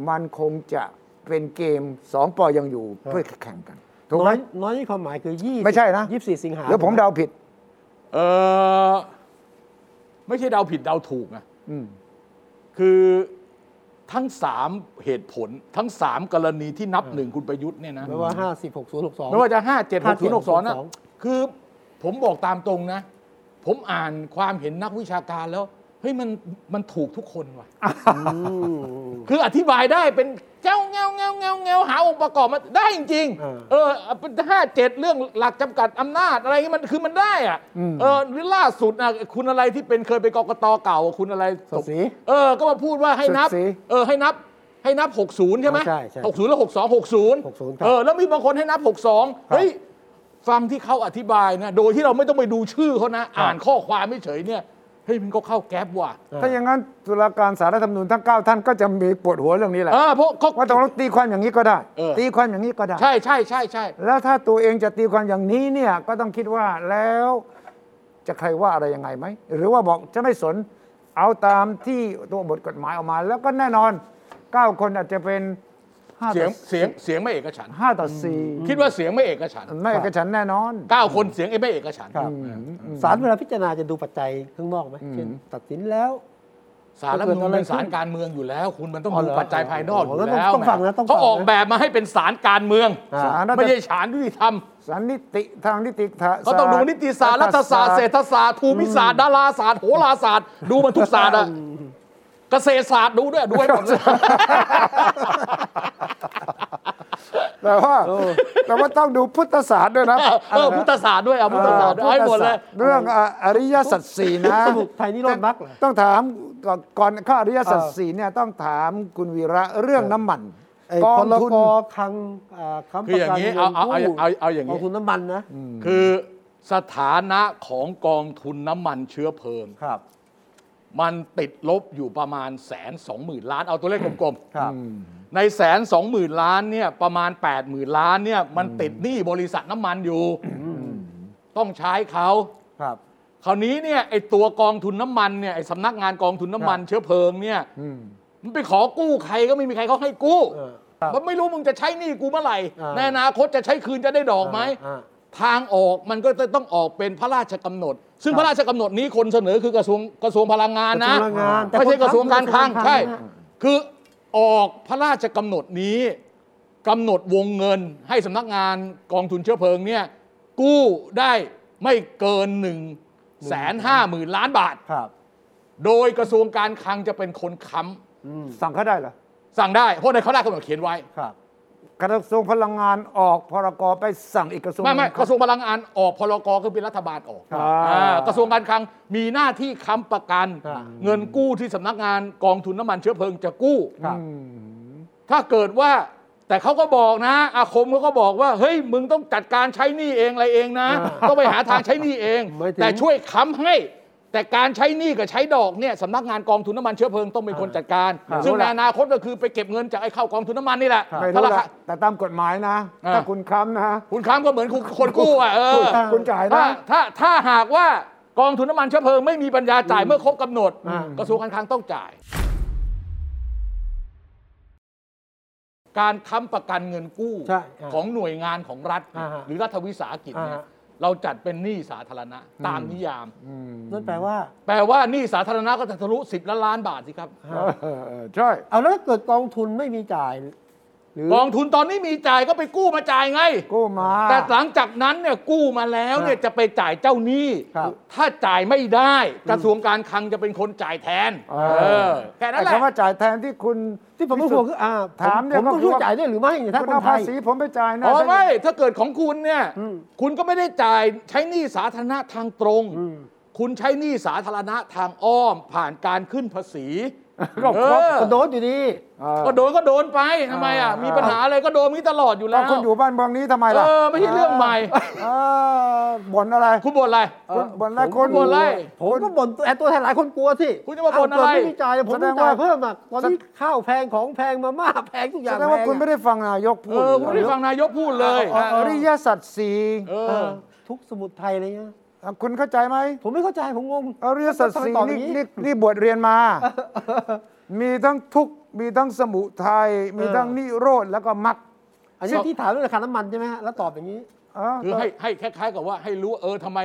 มันคงจะเป็นเกมสองปอยังอยู่เพื่อแข่งกัน ถูกไห
น้
ม
อยน้อยนี่ความหมายคือยี่
ไม่ใช่นะ
ยี่สี่สิงหา
แล้วผมเดาผิด
เออไม่ใช่เดาผิดเดาถูกนะ
อืม
คือทั้งสามเหตุผลทั้งสามกรณีที่นับหนึ่งคุณประยุทธ์เนี่ยนะ
ไม่ว่าห้าสิบหกศูนย์หกสอง
ไม่ว่าจะ 5 7 6 0 6 2 นะ
5762
คือผมบอกตามตรงนะ ผมอ่านความเห็นนักวิชาการแล้ว เฮ้ยมันมันถูกทุกคนว่ะ คืออธิบายได้เป็นเจ้าเงาเงาเงาเงาหาองค์ประกอบมาได้จริง
เออ
ๆเออเป็นห้าเจ็ดเรื่องหลักจำกัดอำนาจอะไรเงี้ยมันคือมันได้อะ
อืม
เออหรือล่าสุดนะคุณอะไรที่เป็นเคยเป็นกกตเก่าคุณอะไร
สดสี
เออ ก็มาพูดว่าให้นับ
สดศรี
เออให้นับให้นับ 60 ใช่ไหม
อ๋อใช่ใช่
60 แล้ว 62 60
60ครับ
เออแล้วมีบางคนให้นับ 62 เฮ้ย ฟังที่เขาอธิบายนะ โดยที่เราไม่ต้องไปดูชื่อเขานะ อ่านข้อความไม่เฉยๆเนี่ย เฮ้ย มันก็เข้าแก๊ปว่ะ
า
ถ้าอย่างนั้นตุลาการสารรัฐธรรมนูญทั้ง 9 ท่านก็จะมีปวดหัวเรื่องนี้แหละ
เออเพราะเขา
ว่าตกลงตีความอย่างนี้ก็ได้
เออ
ตีความอย่างนี้ก็ได้
ใช่ใช่ใช่ใช่
แล้วถ้าตัวเองจะตีความอย่างนี้เนี่ยก็ต้องคิดว่าแล้วจะใครว่าอะไรยังไงไหม หรือว่าบอกจะไม่สนเอาตามที่ตัวบทกฎหมายออกมา แล้วก็แน่นอน 9 คนอาจจะเป็น5
เสีย
ต่
งเสียงเสียงไม่เอกฉันท์
อ5ต่อ4
คิดว่าเสียงไม่เอกฉันท์
ไม่เอกฉันท์แน่นอน
เก้าคนเสียงเอ้ยไม่เอกฉันท์
ครับ
อืมอืม
ศาลเวลาพิจารณาจะดูปัจจัยข้างนอกไหม
อืม
เช่นตัดสินแล้ว
สารรัฐธรรมนูญเป็นสารการเมืองอยู่แล้ว คุณมันต้อง
อ๋อ
ดู
เหรอ
ปัจจัยภายนอกอยู่
อ๋อต้องต้อ
แล้ว
งฟังนะต้องฟังนะ
เขาออกแบบมาให้เป็นสารการเมือง
อ่า
สารรัฐ
ไม่ใช่สารยุติธรรม
สารนิติทางนิติศาสตร์
เขาต้องดูนิติศาสตร์รัฐศาสตร์เศรษฐศาสตร์ภูมิศาสตร์ดาราศาสตร์โหราศาสตร์ดูมันทุกศาสตร์อะเกษตรศาสตร์ดูด้วยดูให้หมดเลย
แต่ว่าแต่ว่าต้องดูพุทธศาสตร์ด้วยนะ
เออพุทธศาสตร์ด้วยเอาพุทธศาสตร์ด้วยเอาให้หมดเลย
เรื่องอ่ะอริยสัจสี่นะ
สมุทัยนิโรธมรรคเหรอ
ต้องถามก่อนก่อนเข้าอริยสัจ
เออ
สี่เนี่ยต้องถามคุณวีระเรื่องน้ำมัน
ไอ้
ก
ก
อ
องง
ทุน
กอคังอ่าคำ
คื
ประ
ออย่าง
กัน
นี้เอาเอาเอา
งินกู้
เอาเอาอย่าง
ก
นี้
องทุนน้ำมันนะ
คือสถานะของกองทุนน้ำมันเชื้อเพลิง
ครับ
มันติดลบอยู่ประมาณแสนสองหมื่นล้านเอาตัวเลขกลม
ครับ
ๆ ในแสนสองหมื่นล้านเนี่ยประมาณ8ปดหมื่นล้านเนี่ยมันติดหนี้บริษัทน้ำมันอยู่ ต้องใช้เขา
ครับ
คราวนี้เนี่ยไอตัวกองทุนน้ำมันเนี่ยไอสำนักงานกองทุนน้ำมันเชื้อเพลิงเนี่ยมันไปขอกู้ใครก็ไม่มีใครเขาให้กู้
เออครับ
มันไม่รู้มึงจะใช้หนี้กูเมื่อไหร่
อ่า
ในอนาคตจะใช้คืนจะได้ดอกไหม
อ่า
ทางออกมันก็จะต้องออกเป็นพระราชกำหนด ซึ่ง
ครับ
พระราชกำหนดนี้คนเสนอคือกระทรวงกระทรวงพลังงาน
กระทรว
นะ
งพลังงานแต่
ไม่
คน
ใช่
ทำ
กระทรวงการคลัง
กระทรวงการคลัง
ใช่
นะฮะ
คือออกพระราชกำหนดนี้กำหนดวงเงิน ให้สำนักงานกองทุนเชื้อเพลิงเนี่ยกู้ได้ไม่เกิน1นึ่งแสนห้าหมื่นล้านบาท
ครับ
โดยกระทรวงการคลังจะเป็นคนค้
อืม
สั่งเขาได้เหรอ
ำสั่งได้ เพราะในพระราชกำหนดเขียนไว้
ครับ
กระทรวงพลังงานออกพรกไปสั่งอีกกระทรวง
ไม่ไม่กระทรวงพลังงานออกพรกคือเป็นรัฐบาลออก
ครับ
อ่ากระทรวงการคลังมีหน้าที่ค้ำประกัน
ครับ
เงินกู้ที่สำนักงานกองทุนน้ำมันเชื้อเพลิงจะกู้
ครับ
อืม
ถ้าเกิดว่าแต่เขาก็บอกนะ อาคมเขาก็บอกว่า เฮ้ย มึงต้องจัดการใช้หนี้เองอะไรเองนะ ต้องไปหาทางใช้หนี้เอง
ไม่ถึง
แต่ช่วยค้ำให้ แต่การใช้หนี้กับใช้ดอกเนี่ยสำนักงานกองทุนน้ำมันเชื้อเพลิงต้องเป็นคนจัดการ ซึ่งในอนาคตก็คือไปเก็บเงินจากไอ้เข้ากองทุนน้ำมันนี่แหละ
ไม่
พ
รู้
ระรา
ละ
คา
แต่ตามกฎหมายนะ
อ่า
ถ้าคุณค้ำนะ
คุณค้ำก็เหมือนคุณคนกู้อ่ะเออ
คุณจ่าย
ถ้า
นะ
ถ้าถ้าหากว่ากองทุนน้ำมันเชื้อเพลิงไม่มีปัญญาจ่ายเมื่อครบกำหนด
อ่า
กระทรวงการคลังต้องจ่าย การค้ำประกันเงินกู้
ใช่อ่า
ของหน่วยงานของรัฐ
อ่าฮะ
หรือรัฐวิสาหกิจเนี่ย
อ่าฮะ
เราจัดเป็นหนี้สาธารณะ ตามนิยาม
นั่นแปลว่า
แปลว่าหนี้สาธารณะก็จะทะลุ10ล้านล้านบาทสิครับ
เออเออใช่
เอาแล้วถ้าเกิดกองทุนไม่มีจ่าย หรือก
องทุนตอนนี้มีจ่ายก็ไปกู้มาจ่ายไง
กู้มา
แต่หลังจากนั้นเนี่ยกู้มาแล้วเนี่ยจะไปจ่ายเจ้าหนี้
ครับ
ถ้าจ่ายไม่ได้กระทรวงการคลังจะเป็นคนจ่ายแทน
อ่า
เออ แค่นั้นแห
ไอ้
ละ
คำว่าจ่ายแทนที่คุณ
ที่ผมไม่ห่วงคืออ่า
ถามเนี่ย
ผม
ก็
ต้อง
คื
ช่ว
อย ว่า
จ่ายได้หรือไม่ถ้า
คุ
คน
ณเอา
ไท
ภาย ษีผมไปจ่ายนะ
อ๋อ
ด้
ไม่ ถ้าเกิดของคุณเนี่ย
อืม
คุณก็ไม่ได้จ่ายใช้หนี้สาธารณะทางตรง
อืม
คุณใช้หนี้สาธารณะทางอ้อม ผ่านการขึ้นภาษี
ก็ครบ
เออ
ก็โดนอยู่ดี
เออ
ก็โดนก็โดนไปทำไมอ่ะ
อ่ามี
มีปัญหาอะไรก็โดนนี้ตลอดอยู่แล้
ก็
ว
คุณอยู่บ้านเมืองนี้ทำไมล่ะ
เออไม่ใช่เรื่องใหม่
เออบ่นอะไร
คุณบ่นอะไร
คุณบ่นอะไร
ผม
คุณ
บ่นอะไร
ผมก็บ่นตัวแอนตัวแทนหลายคนกลัวสิ
คุณจะมาบ่นอะไร
เกิดไม่มีจ่ายผมต้องจ่ายเพิ่มอ่ะตอนนี้ข้าวแพงของแพงมาม่าแพงทุกอ
แส
ย่าง
ดง
แพ
ว่าง คุณไม่
อะ
ได้ฟังนายกพู
เอ
ด
อคุณไม่ได้ฟังนายกพูดเลย
อออริยสัจสี่
เอ
เอ
อ
อทุกสมุดไทยอะไรเงี้ย
คุณเข้าใจไหม
ผมไม่เข้าใจผมงง
อริยสัจ
ทำ
สี่
ไมตอบอ
นี่
ย่างนี้
นี่นี่บวชเรียน มา มีทั้งทุกข์มีทั้งสมุทัยมีทั้ง
เออ
นิโรธแล้วก็มรรค
อันนี้ที่ถามเรื่องราคาน้ำมันใช่ไหมฮะแล้วตอบอย่างนี้
เออ
คือให้ให้คล้ายๆกับว่าให้รู้ว่าเออทำไม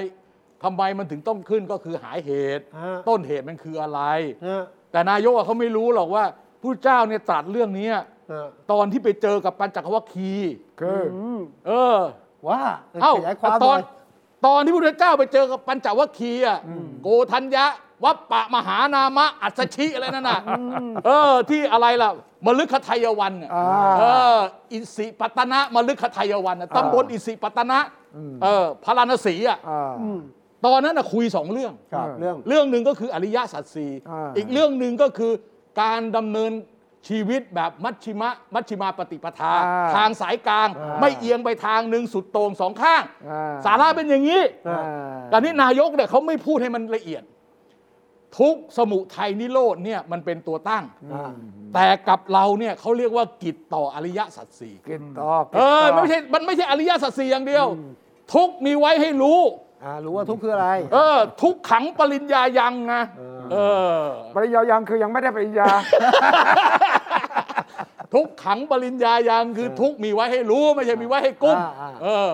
ทำไมมันถึงต้องขึ้นก็คือหาเหตุ
ฮะ
ต้นเหตุมันคืออะไร
ฮะ
แต่นายกอะเขาไม่รู้หรอกว่าผู้เจ้าเนี่ยตรัสเรื่องเนี้ย
ฮะ
ตอนที่ไปเจอกับปัญจวัคคีย์
คืออ
อืม
เออ
ว่า
เอ้า
ขยายความ
ต
ห
อน
ย
ตอนที่พระพุทธเจ้าไปเจอกับปัญจวัคคีย์อะโกธัญญะวัปปะมหานามะอัศชิอะไรนั่นน่ะเออ ที่อะไรล่ะมฤคทายวันอะ
อ่า
เอออินสิปัตตนะมฤคทายวันอะตำบลอินสิปัตตนะเออพระรานสีอะ
อ่า
ตอนนั้นน่ะคุยสองเรื่อง
ครับเรื่อง
เรื่องหนึ่งก็คืออริยสัจสี่
อ่า
อีกเรื่องหนึ่งก็คือการดำเนินชีวิตแบบมัชชิมะ มัชชิมาปฏิปทา
อ่า
ทางสายกลาง
อ่า
ไม่เอียงไปทางหนึ่งสุดโต่งสองข้าง
อ่า
สาระเป็นอย่างนี้
อ่า
แต่นี่นายกเนี่ยเขาไม่พูดให้มันละเอียด ทุกข์สมุทัยนิโรธเนี่ยมันเป็นตัวตั้ง
อ่า
แต่กับเราเนี่ยเขาเรียกว่ากิจต่ออริยสัจสี่
กินต่อ
เออมันไม่ใช่มันไม่ใช่อริยสัจสี่อย่างเดียว ทุกข์มีไว้ให้รู้
อ่ารู้ว่าทุกข์คืออะไร
เออ ทุกขังปริญญายังนะเออ
ปริญญายังคือยังไม่ได้ปริญญา
ทุกขังปริญญายังคือทุกมีไว้ให้รู้ไม่ใช่มีไว้ให้กุ้ม
อ่าอ่า
เออ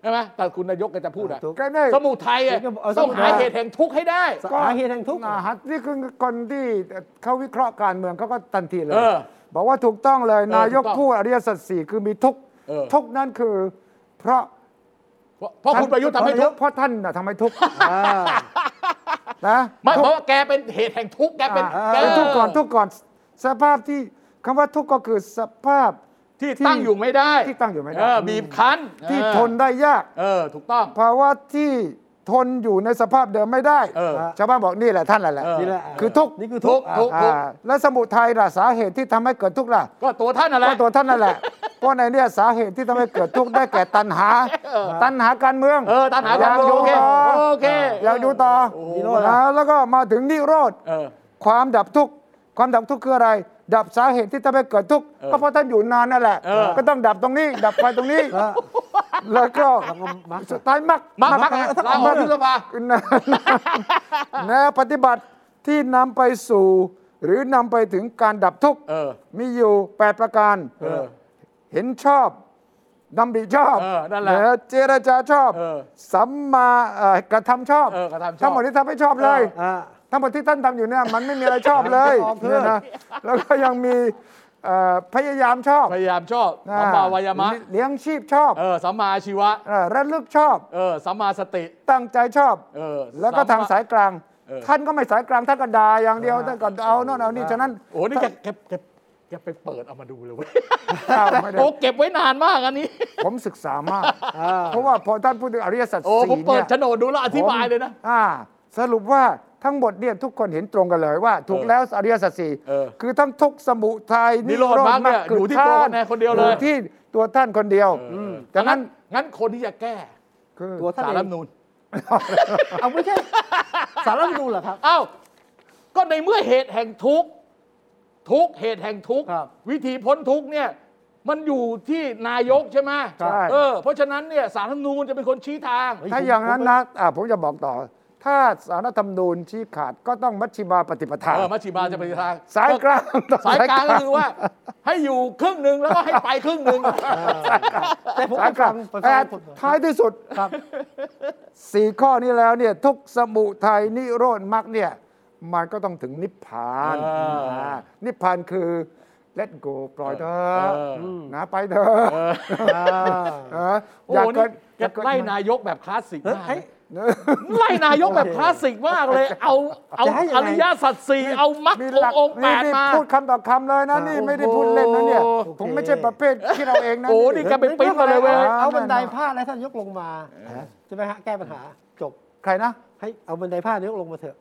ใช่ไหมแต่คุณนายกก็จะพูดอะ
ทุกข์
ก็นี่
สมุทัยอะ
เดี๋ยวก็เอา
ต้
ส
องหา
มุทัย
เหตุแห่งทุกข์ให้ได้
สาเหตุแห่งทุกข์
นะฮะนี่คือคนที่เขาวิเคราะห์การเมืองเขาก็ทันทีเลย
เออ
บอกว่าถูกต้องเลยนายก
ถูกต้อง
พูดอริยสัจสี่คือมีทุกข์
เออ
ทุกข์นั่นคือ เพราะ
เพราะเพราะคุณประยุทธ์ทำให้ทุกข์
เพราะท่านน่ะทำให้ทุ กข์นะ
ไม่เพ
ทุก
ราะ
ข์
ว่าแกเป็นเหตุแห่งทุกข์แกเป็น
อ่า
แก
ทุกข์ก่อนทุกข์ก่อนสภาพที่คำว่าทุกข์ก็คือสภาพ
ที่ตั้งอยู่ไม่ได้
ที่ตั้งอยู่ไม่ได้
เบีบคั้น
ที่
เออ
ทนได้ยาก
เออ ถูกต้อง
ภาวะที่ทนอยู่ในสภาพเดิมไม่ได้
เออ
ชาวบ้านบอกนี่แหละท่านแหละแหละ
เออ
นี่แหละอ่า
คือทุกข์
นี่คือทุกข์
ทุกข์
อ่ะ
อ่าและสมุทัยล่ะสาเหตุที่ทำให้เกิดทุกข์ล่ะ
ก็ตัวท่านอะไร
ก็ตัวท่านนั่นแหละ เพราะในเนี่ยสาเหตุที่ทำให้เกิดทุกข์ได้แก่ตัณหา ตัณหาการเมือง
เออตัณหา
อยาก
การเมื
อ
อง
ยู่
โอเค
ต่อ
โอเค
อยากอยู่ต่อ
โอ้
นิโรธนะ
นะแล้วก็มาถึงนิโรธ
เออ
ความดับทุกข์ ความดับทุกข์คืออะไร ดับสาเหตุที่ทำให้เกิดทุกข์ ก็เพราะท่านอยู่นานนั่นแหละ
เออ
ก็ต้องดับตรงนี้ ดับไฟตรงนี้ แล้วก็สุดท้ายมัก
มักมักนะลาออกยุบสภา
นะ นะปฏิบัติที่นำไปสู่ หรือนำไปถึงการดับทุกข์
เออ
มีอยู่ 8 ประการ
เออ
เห็นชอบดำริชอบ
เออนั่นแหละ
ะเจรจาชอบ
เออ
สัมมาเอ่อกระทำชอบ
เออกระทำชอบ
ทั้งหมดที่ทำให้ชอบเลย
อ่า
ทั้งหมดที่ท่านทำอยู่เนี่ยมันไม่มีอะไรช อบเลย
ชอบเพื่อ
เนี่ยนะแล้วก็ยังมีเอ่อพยายามชอบ
พยายามชอบสัมมาวายามะ
เลี้ยงชีพชอบ
เออสัมมาอาชีวะ
เอ่อระลึกชอบ
เออสัมมาสติ
ตั้งใจชอบ
เออ
แล้วก็ทางสายกลาง
เออ
ท่านก็ไม่สายกลางท่านก็ด่าอย่างเดียวท่านก็เอาโน่นเอานี่ฉะนั้น
โอ้นี่แกแกแกแกไปเปิดเอามาดูเลยเว้ย
อ้าวไม่ได้
โอ้เก็บไว้นานมากอันนี้
ผมศึกษามาก
อ่า
เพราะว่าพอท่านพูดถึงอริยสัจ
โอ้
สี่
ผมเปิด
เนี่ย
โฉนดดูแล้วอธิบายเลยนะ
ผมอ่า สรุปว่าทั้งหมดเนี่ยทุกคนเห็นตรงกันเลยว่า ถูก
เออ
แล้วอริยสัจสี่
เออ
คือทั้งทุกข์สมุทัย
นิโรธมรรคเนี่ย
คื
ยู่ที่ตัวคนไหนคนเดียวเลย
อที่ตัวท่านคนเดียวมฉะนั้น
งั้นคนที่จะแก้
คือ
ตัวท่าน
สาร
เอ
รัฐธรง รมนูน
เอาไม่ใช่สารรัฐธรรมนูลเหรอครับ
อ้าวก็ในเมื่อเหตุแห่งทุกข์ทุกข์เหตุแห่งทุกข์
ครับ
วิธีพ้นทุกข์เนี่ย มันอยู่ที่นายกใช่ไหม
ใช่
เออเพราะฉะนั้นเนี่ยสารรัฐธรรมนูญจะเป็นคนชี้ทาง
เฮ้ย
ถ้า
ผม
อย่างนั้น
ผม
นะอ่าผมจะบอกต่อ ถ้าสารรัฐธรรมนูญชี้ขาดก็ต้องมัชชิมาปฏิปทา
เออมัชชิมาจะเป็นทาง
สายกลาง
สายกลางก็คือว่า ให้อยู่ครึ่งหนึ่งแล้วก็ให้ไปครึ่งหนึ่ง
แต่ผม
สายกลาง
ไปฟัง
แต่
ผม
ท้ายที่สุด
ครับ
สี่ข้อนี้แล้วเนี่ยทุกสมุทัยนิโรธมรรคเนี่ย มันก็ต้องถึงนิพพาน
เอออ่
านิพพานคือ let go ปล่อยเถอ
เออ
ะนะไปเถอะ
อ่า
เออ
โอ้
อยาก
โห
เกิ
นี่
ด
แกไล่นายกแบบคลาสสิก
เฮ้ย
มาก
เฮ้ย
ไล่นายกแบบคลาสสิกมากเลย เอาเอา
จะให้ยัง
อ
ไง
ริยสัจสี่เอามรรคอ
มี
ง
หลั
ค์องค์แป
นี่
ด
นี่
มา
พูดคำต่อคำเลยนะนี่
โอ้โห
ไม่ได้พูดเล่นนะเนี่ย ผมไม่ใช่ประเภทคิดเราเองนะ
โอ้นี่แกไปปิ้นมาเลยเว้ย
เอาบันได
แน่นอน
ผ้าดแล้วท่านยกลงมาใช่ไหมฮะแก้ปัญหาจบ
ใครนะ
ให้เอาบันไดผ้าดยกลงมาเถอะ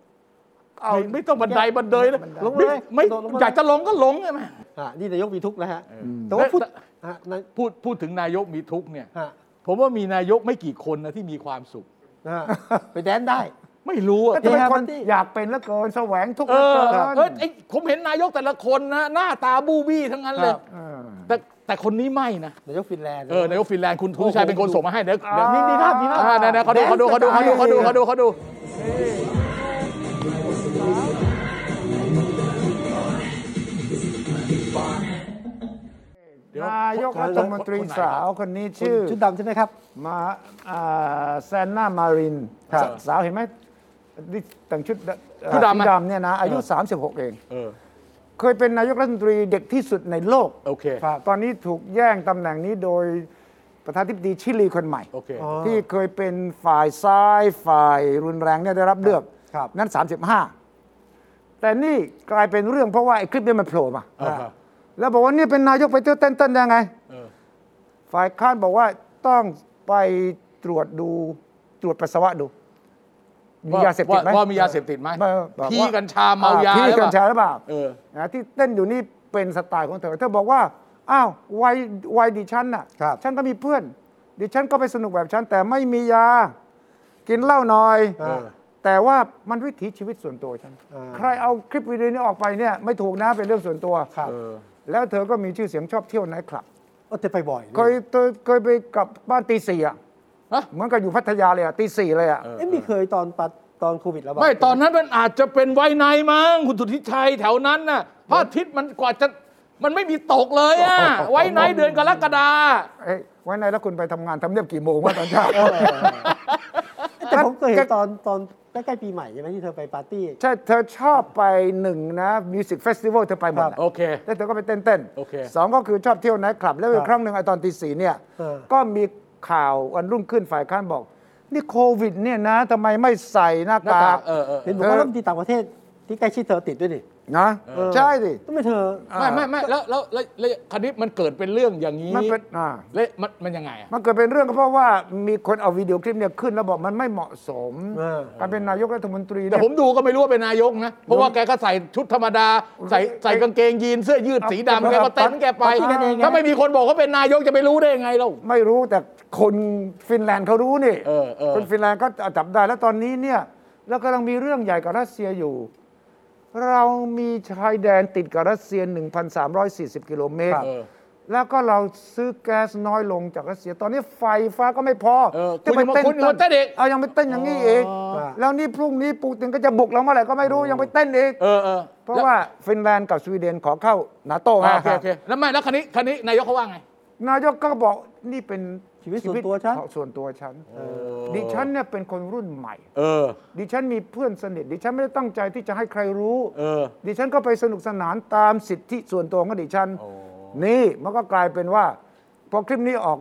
เอาไม่ต้องบันไดบันเดยเลย
ลงมา
ไม่
เลย
ไม่
ลงมาเลย
อยากจะลงก็ลงใช่ไหม
อ่านี่นายกมีทุกข์นะฮะแต่ว่าพูดฮะนาย
พูดพูดถึงนายกมีทุกข์เนี่ย
ฮะ
ผมว่ามีนายกไม่กี่คนนะที่มีความสุข
ฮะไปแดนได้
ไม่รู้อะ
ก็จะเป็นคน
เฮ้ย
อยากเป็นเหลือเกินแสวงทุกข์
เอ
เหลือ
อ
เกิน
เออไอผมเห็นนายกแต่ละคนนะหน้าตาบูบี้ทั้งนั้นเลย
เออ
แต่แต่คนนี้ไม่นะ
นายกฟินแลนด์
เออนายกฟินแลนด์คุณทุนชัยเป็นคนส่งมาให้เดี๋ยวเดี๋ยว
อ่า
นี่นี่ภาพนี้ภาพนี่นะเขาดูเขาดูเขาดูเขาดูเขาดูเขาดูเขาดูเ
ดี๋วน
ายกรัฐมนตรีสาวคนนี้
ชื่
ชื่อ
ชุดดำใช่ไหมครับ
มาอ่าแซนนามาริน
ครับ
สาวเห็นไหมนี่แต่งชุดด
ชุดดำไหม
ดำเนี่ยนะ อายุ 36 เอง
เออ
เคยเป็นนายกรัฐมนตรีเด็กที่สุดในโลก
โอเค
ตอนนี้ถูกแย่งตำแหน่งนี้โดยประธานาธิบดีชิลีคนใหม่
โอเค
อ๋อ
ที่เคยเป็นฝ่ายซ้ายฝ่ายรุนแรงเนี่ยได้รับเลือก
ครับ
นั้น 35 แต่นี่กลายเป็นเรื่องเพราะว่าไอ้คลิปนี้มันโผล่มา
อ่าฮะ
แล้วบอกว่านี่เป็นนายกไปเที่ยวเต้นเต้นได้ไง
เออ
ฝ่ายค้านบอกว่าต้องไปตรวจดูตรวจปัสสาวะดู มียาเสพติดไหม
ว่ว่ามียาเสพติดไหม
เออบอกว่า
พี่กัญชาเมายา
อ่พี่
หรือเป
กัญ
ล่า
ชาหรือเปล่า
เออ
นะที่เต้นอยู่นี่เป็นสไตล์ของเธอ เธอบอกว่า อ้าววัยวัยดิฉันน่ะ
ครับ
ฉันก็มีเพื่อน ดิฉันก็ไปสนุกแบบฉัน แต่ไม่มียา กินเหล้าหน่อย
เออ
แต่ว่ามันวิถีชีวิตส่วนตัวฉัน
อ่า
ใครเอาคลิปวิดีโอนี้ออกไปเนี่ยไม่ถูกนะเป็นเรื่องส่วนตัว
เออ
แล้วเธอก็มีชื่อเสียงชอบเที่ยวไนท์คลับ
ก็จะไปบ่อย
เคยเธอเคยไปกลับบ้านตีสี่อ่ะ
ฮะ
เหมือนกับอยู่พัทยาเลยอ่ะตีสี่เลยอ่ะ
เออ
เอ๊ะมีเคยตอนปัดตอนโควิดระบาด
ไม่ตอนนั้นมันอาจจะเป็นไวในมั้งคุณสุทธิชัยแถวนั้นน่ะพระอาทิตย์มันกว่าจะมันไม่มีตกเลยอะ ไวในเดือนกรกฎา
เอ้ยไว้ในแล้วคุณไปทำงานทำเนียบกี่โมงวะตอนเช้า
แต่ผมเคยเห็
แก
นตอนตอนใกล้ๆปีใหม่ใช่ไหมที่เธอไปปาร์ตี้
ใช่เธอชอบไปหนึ่งนะมิวสิกเฟสติวัลเธอไปหมด
ครับ
น่ะ
โอเค
แล้วเธอก็ไปเต้นเต้นๆ
โอเค
สองก็คือชอบเที่ยวไนท์คลับ แล้ว
ค
อี
รั
ก
บ
ครั้งหนึ่งไอตอนตีสี่เนี่ย
เออ
ก็มีข่าววันรุ่งขึ้นฝ่ายค้านบอก นี่โควิดเนี่ยนะทำไมไม่ใส่หน้า
หน้าก
า
ตาก เออเออเอ
เห็น
อ
บอกว่า
เออ
เริ่มที่ต่างประเทศที่ใกล้ชิดเธอติดด้วยนี่
นะ ใช่สิ
ต้องไปเธอ
ไม่ไม่ไม่แล้วแล้วแล้วแล้วคดีมันเกิดเป็นเรื่องอย่างนี้
มันเป็นอ่า
แล้วมันมันยังไงอะ
มันเกิดเป็นเรื่องก็เพราะว่ามีคนเอาวิดีโอคลิปเนี่ยขึ้นแล้วบอกมันไม่เหมาะสม
เออ
การเป็นนายกรัฐมนตรี
แต่
เนี่ย
ผมดูก็ไม่รู้ว่าเป็นนายกนะ เพราะว่าแกก็ใส่ชุดธรรมดา ใส่ใส่กางเกงยีนเสื้อยืดสีดำแกก็เต้นของแกไป
ปาร์ตี้กันเองไง
ถ้าไม่มีคนบอกว่าเป็นนายกจะไปรู้ได้ยังไงเล่า
ไม่รู้แต่คนฟินแลนด์เขารู้นี่
เออเออ
คนฟินแลนด์ก็จับได้แล้วตอนนี้เนี่ยแล้วกำลังมีเรื่องใหญ่กับรัสเซียอยู่ เรามีชายแดนติดกับรัสเซีย 1,340 กิโลเมตร
เออ
แล้วก็เราซื้อแก๊สน้อยลงจากรัสเซีย ตอนนี้ไฟฟ้าก็ไม่พอ
เออ
จะไป
คุณยังมาคุณยังมาเต้นอีก
เอายังไปเต้นอย่างนี้อีกแล้วนี่พรุ่งนี้ปูตินก็จะบุกเราเมื่อไหร่ก็ไม่รู้ยังไปเต้นอีก
เออเออ
เพราะว่าฟินแลนด์กับสวีเดนขอเข้านาโต้
แล้ว
ฮะ
อ่าโอเคโอเคแล้วไม่แล้วคันนี้คันนี้นายกเขาว่าไง
นายกก็บอกนี่เป็น
ชีวิตส่วนตัวฉัน
ส่วนตัวฉันดิฉันเนี่ยเป็นคนรุ่นใหม่
เออ
ดิฉันมีเพื่อนสนิท ดิฉันไม่ได้ตั้งใจที่จะให้ใครรู้
เออ
ดิฉันก็ไปสนุกสนานตามสิทธิส่วนตัวของดิฉัน นี่มันก็กลายเป็นว่า พอคลิปนี้ออก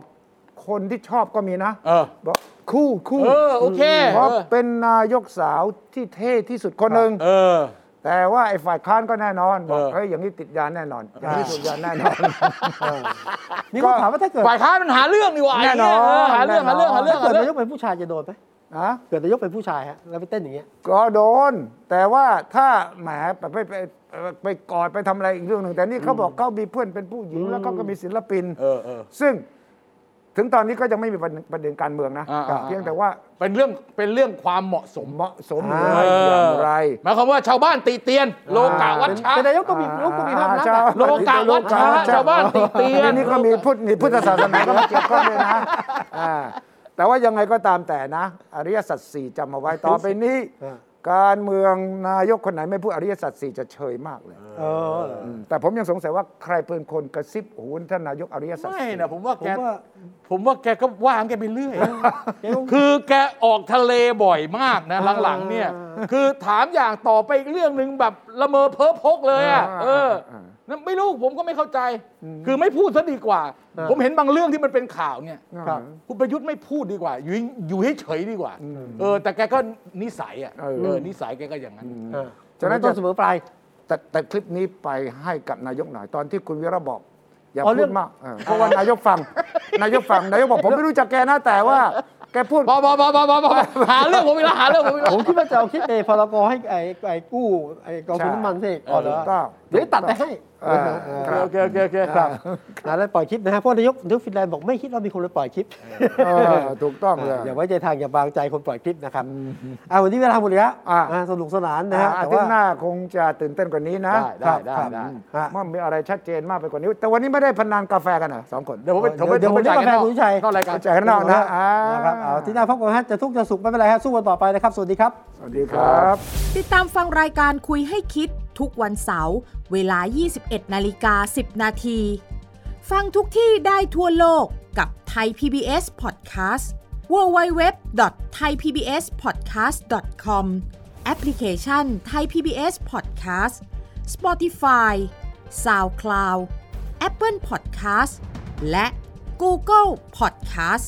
คนที่ชอบก็มีนะ
เออ
บอกคู่คู่
เออโอเค
เพราะ
เออ
เป็นนายกสาวที่เท่ที่สุดคนหนึ่ง
เออ
แต่ว่าไอ้ฝ่ายค้านก็แน่นอน บอก
เออ
เฮ้ยอย่างนี้ติดยาแน่นอนอย่างนี้ติดยาแน่ นอน
นี่ก็ถามว่าถ้าเกิด
ฝ่ายค้านมันหาเรื่องนี่หว่า
แน่นอน
เหาเรื่องหาเรื่องหาเรื่อง
ถ้า
หา
เกิดนา
เรื่
ย
อง
กเป็นผู้ชายจะโดนไหม
นะ
เกิดนายกเป็นผู้ชายฮะแล้วไปเต้นอย่างเงี้ย
ก็โดน แต่ว่าถ้าแหมไปไปไปไปกอดไปทำอะไรอีกเรื่องหนึ่งแต่นี่เขาบอกเขามีเพื่อนเป็นผู้หญิงแล้วเขาก็มีศิลปิน
เออเออ
ซึ่งถึงตอนนี้ก็ยังไม่มีประเด็นประเด็นการเมืองนะ
อ่าอ่า
เพียงแต่ว่า
เป็นเรื่องเป็นเรื่องความเหมาะสม
เหมาะสมห
อ่า
รือไม่อย่างไร
หมายความว่าชาวบ้านตีเตียน โลกาวัชชะ
เป็นนายกก็มี
อ่า
ลูกก็มีภาพลักษณ์
ใช่
อะ
โลกาวัชชะชาวบ้านตีเตีย
อั
น
นนี้ก็มีพุทธมีพุทธศาสนาก็มาเกี่ยวข้องด้วยนะอ่าแต่ว่ายังไงก็ตามแต่นะ อริยสัจสี่จำเอาไว้ต่อไปนี้ การเมืองนายกคนไหนไม่พูดอริยสัจสี่จะเฉยมากเลย
เออเหรอ
มแต่ผมยังสงสัยว่าใครเป็นคนกระซิบหูท่านนายกอริยสัจ
ไม่
สี่
นะผมว่า
ผ
แก
มว่า
ผมว่าแกก็ว่างแกไปเรื่อย
แกก็
คือแกออกทะเลบ่อยมากนะ หลังๆเนี่ย คือถามอย่างต่อไปอีกเรื่องหนึ่งแบบละเมอเพ้อพกเลยอ่ะ เออนั่นไม่รู้ผมก็ไม่เข้าใจ คือไม่พูดซะดีกว่า ผมเห็นบางเรื่องที่มันเป็นข่าวเนี่ย
ครับ
คุณประยุทธ์ไม่พูดดีกว่า อยู่อยู่เฉยๆดีกว่า เออ แต่แกก็นิสัยอ่ะ
เออ
เออ นิสัยแกก็อย่างนั้น
อ่า
ฉะนั้น
ต้นเสมอปลาย
แต่แต่คลิปนี้ไปให้กับนายกหน่อยตอนที่คุณวิระบอก อย่า
อ๋อเรื่
พู
อ
ด
ง
มากเออเพราะว่านายกฟัง นายกฟังนายกบอกผมไม่รู้จักแกนะแต่ว่า แกพูด
พอพอพอพอพอพอหาเรื่องผมอีกแล้วหาเรื่องผมอีกแล้ว
ผมคิดว่าจะเอาคิดเอพรกให้ไอ้ไอ้กู้ไอ้กองทุนน้ำมันสิอ๋อเหรอ
ถูกต้อง
เดี๋ยวตัดไปให้
เอ่อครั
โอบ เคโอเคโอเค
ครับนะแล้วปล่อยคลิปนะฮะเพราะนายกนายกฟินแลนด์บอกไม่คิดว่ามีคนไปปล่อยคลิป
เออถูกต้องเลย
อย่าไว้ใจทางอย่าบางใจคนปล่อยคลิปนะครับอ่าวันนี้เวลาหมดแล้ว
อ่ะ
อ่ะสนุกสนานนะ
นะ
ฮะ
อา
แต่
ทิต
ว่า
ย์หน้าคงจะตื่นเต้นกว่านี้นะ
ค
ได้
รับ
ได้ได้
ครับ
มันมีอะไรชัดเจนมากไปกว่านี้ แต่วันนี้ไม่ได้พนันกาแฟกันเหรอสองคน
เดี๋ยวผมไปผมไป
เดี๋ยว
ผมไป
ผม
จ่าย
ไป
กันนอ
กับแฟนคุณ
ก
วิชัย
นอกรายการ
จ่ายกันนอกนะอ่า
นะครับเอาอาที่หน้าพบกันฮะจะทุกข์จะสุขไม่เป็นไรฮะสู้กันต่อไปนะครับ สวัสดีครับ
สวัสดีครับ
ติดตามฟังรายการคุยให้คิดทุกวันเสาร์เวลา 21 นาฬิกา 10 นาที ฟังทุกที่ได้ทั่วโลกกับไทย PBS Podcast www.thaipbspodcast.com แอปพลิเคชัน Thai PBS Podcast Spotify SoundCloud Apple Podcast และ Google Podcast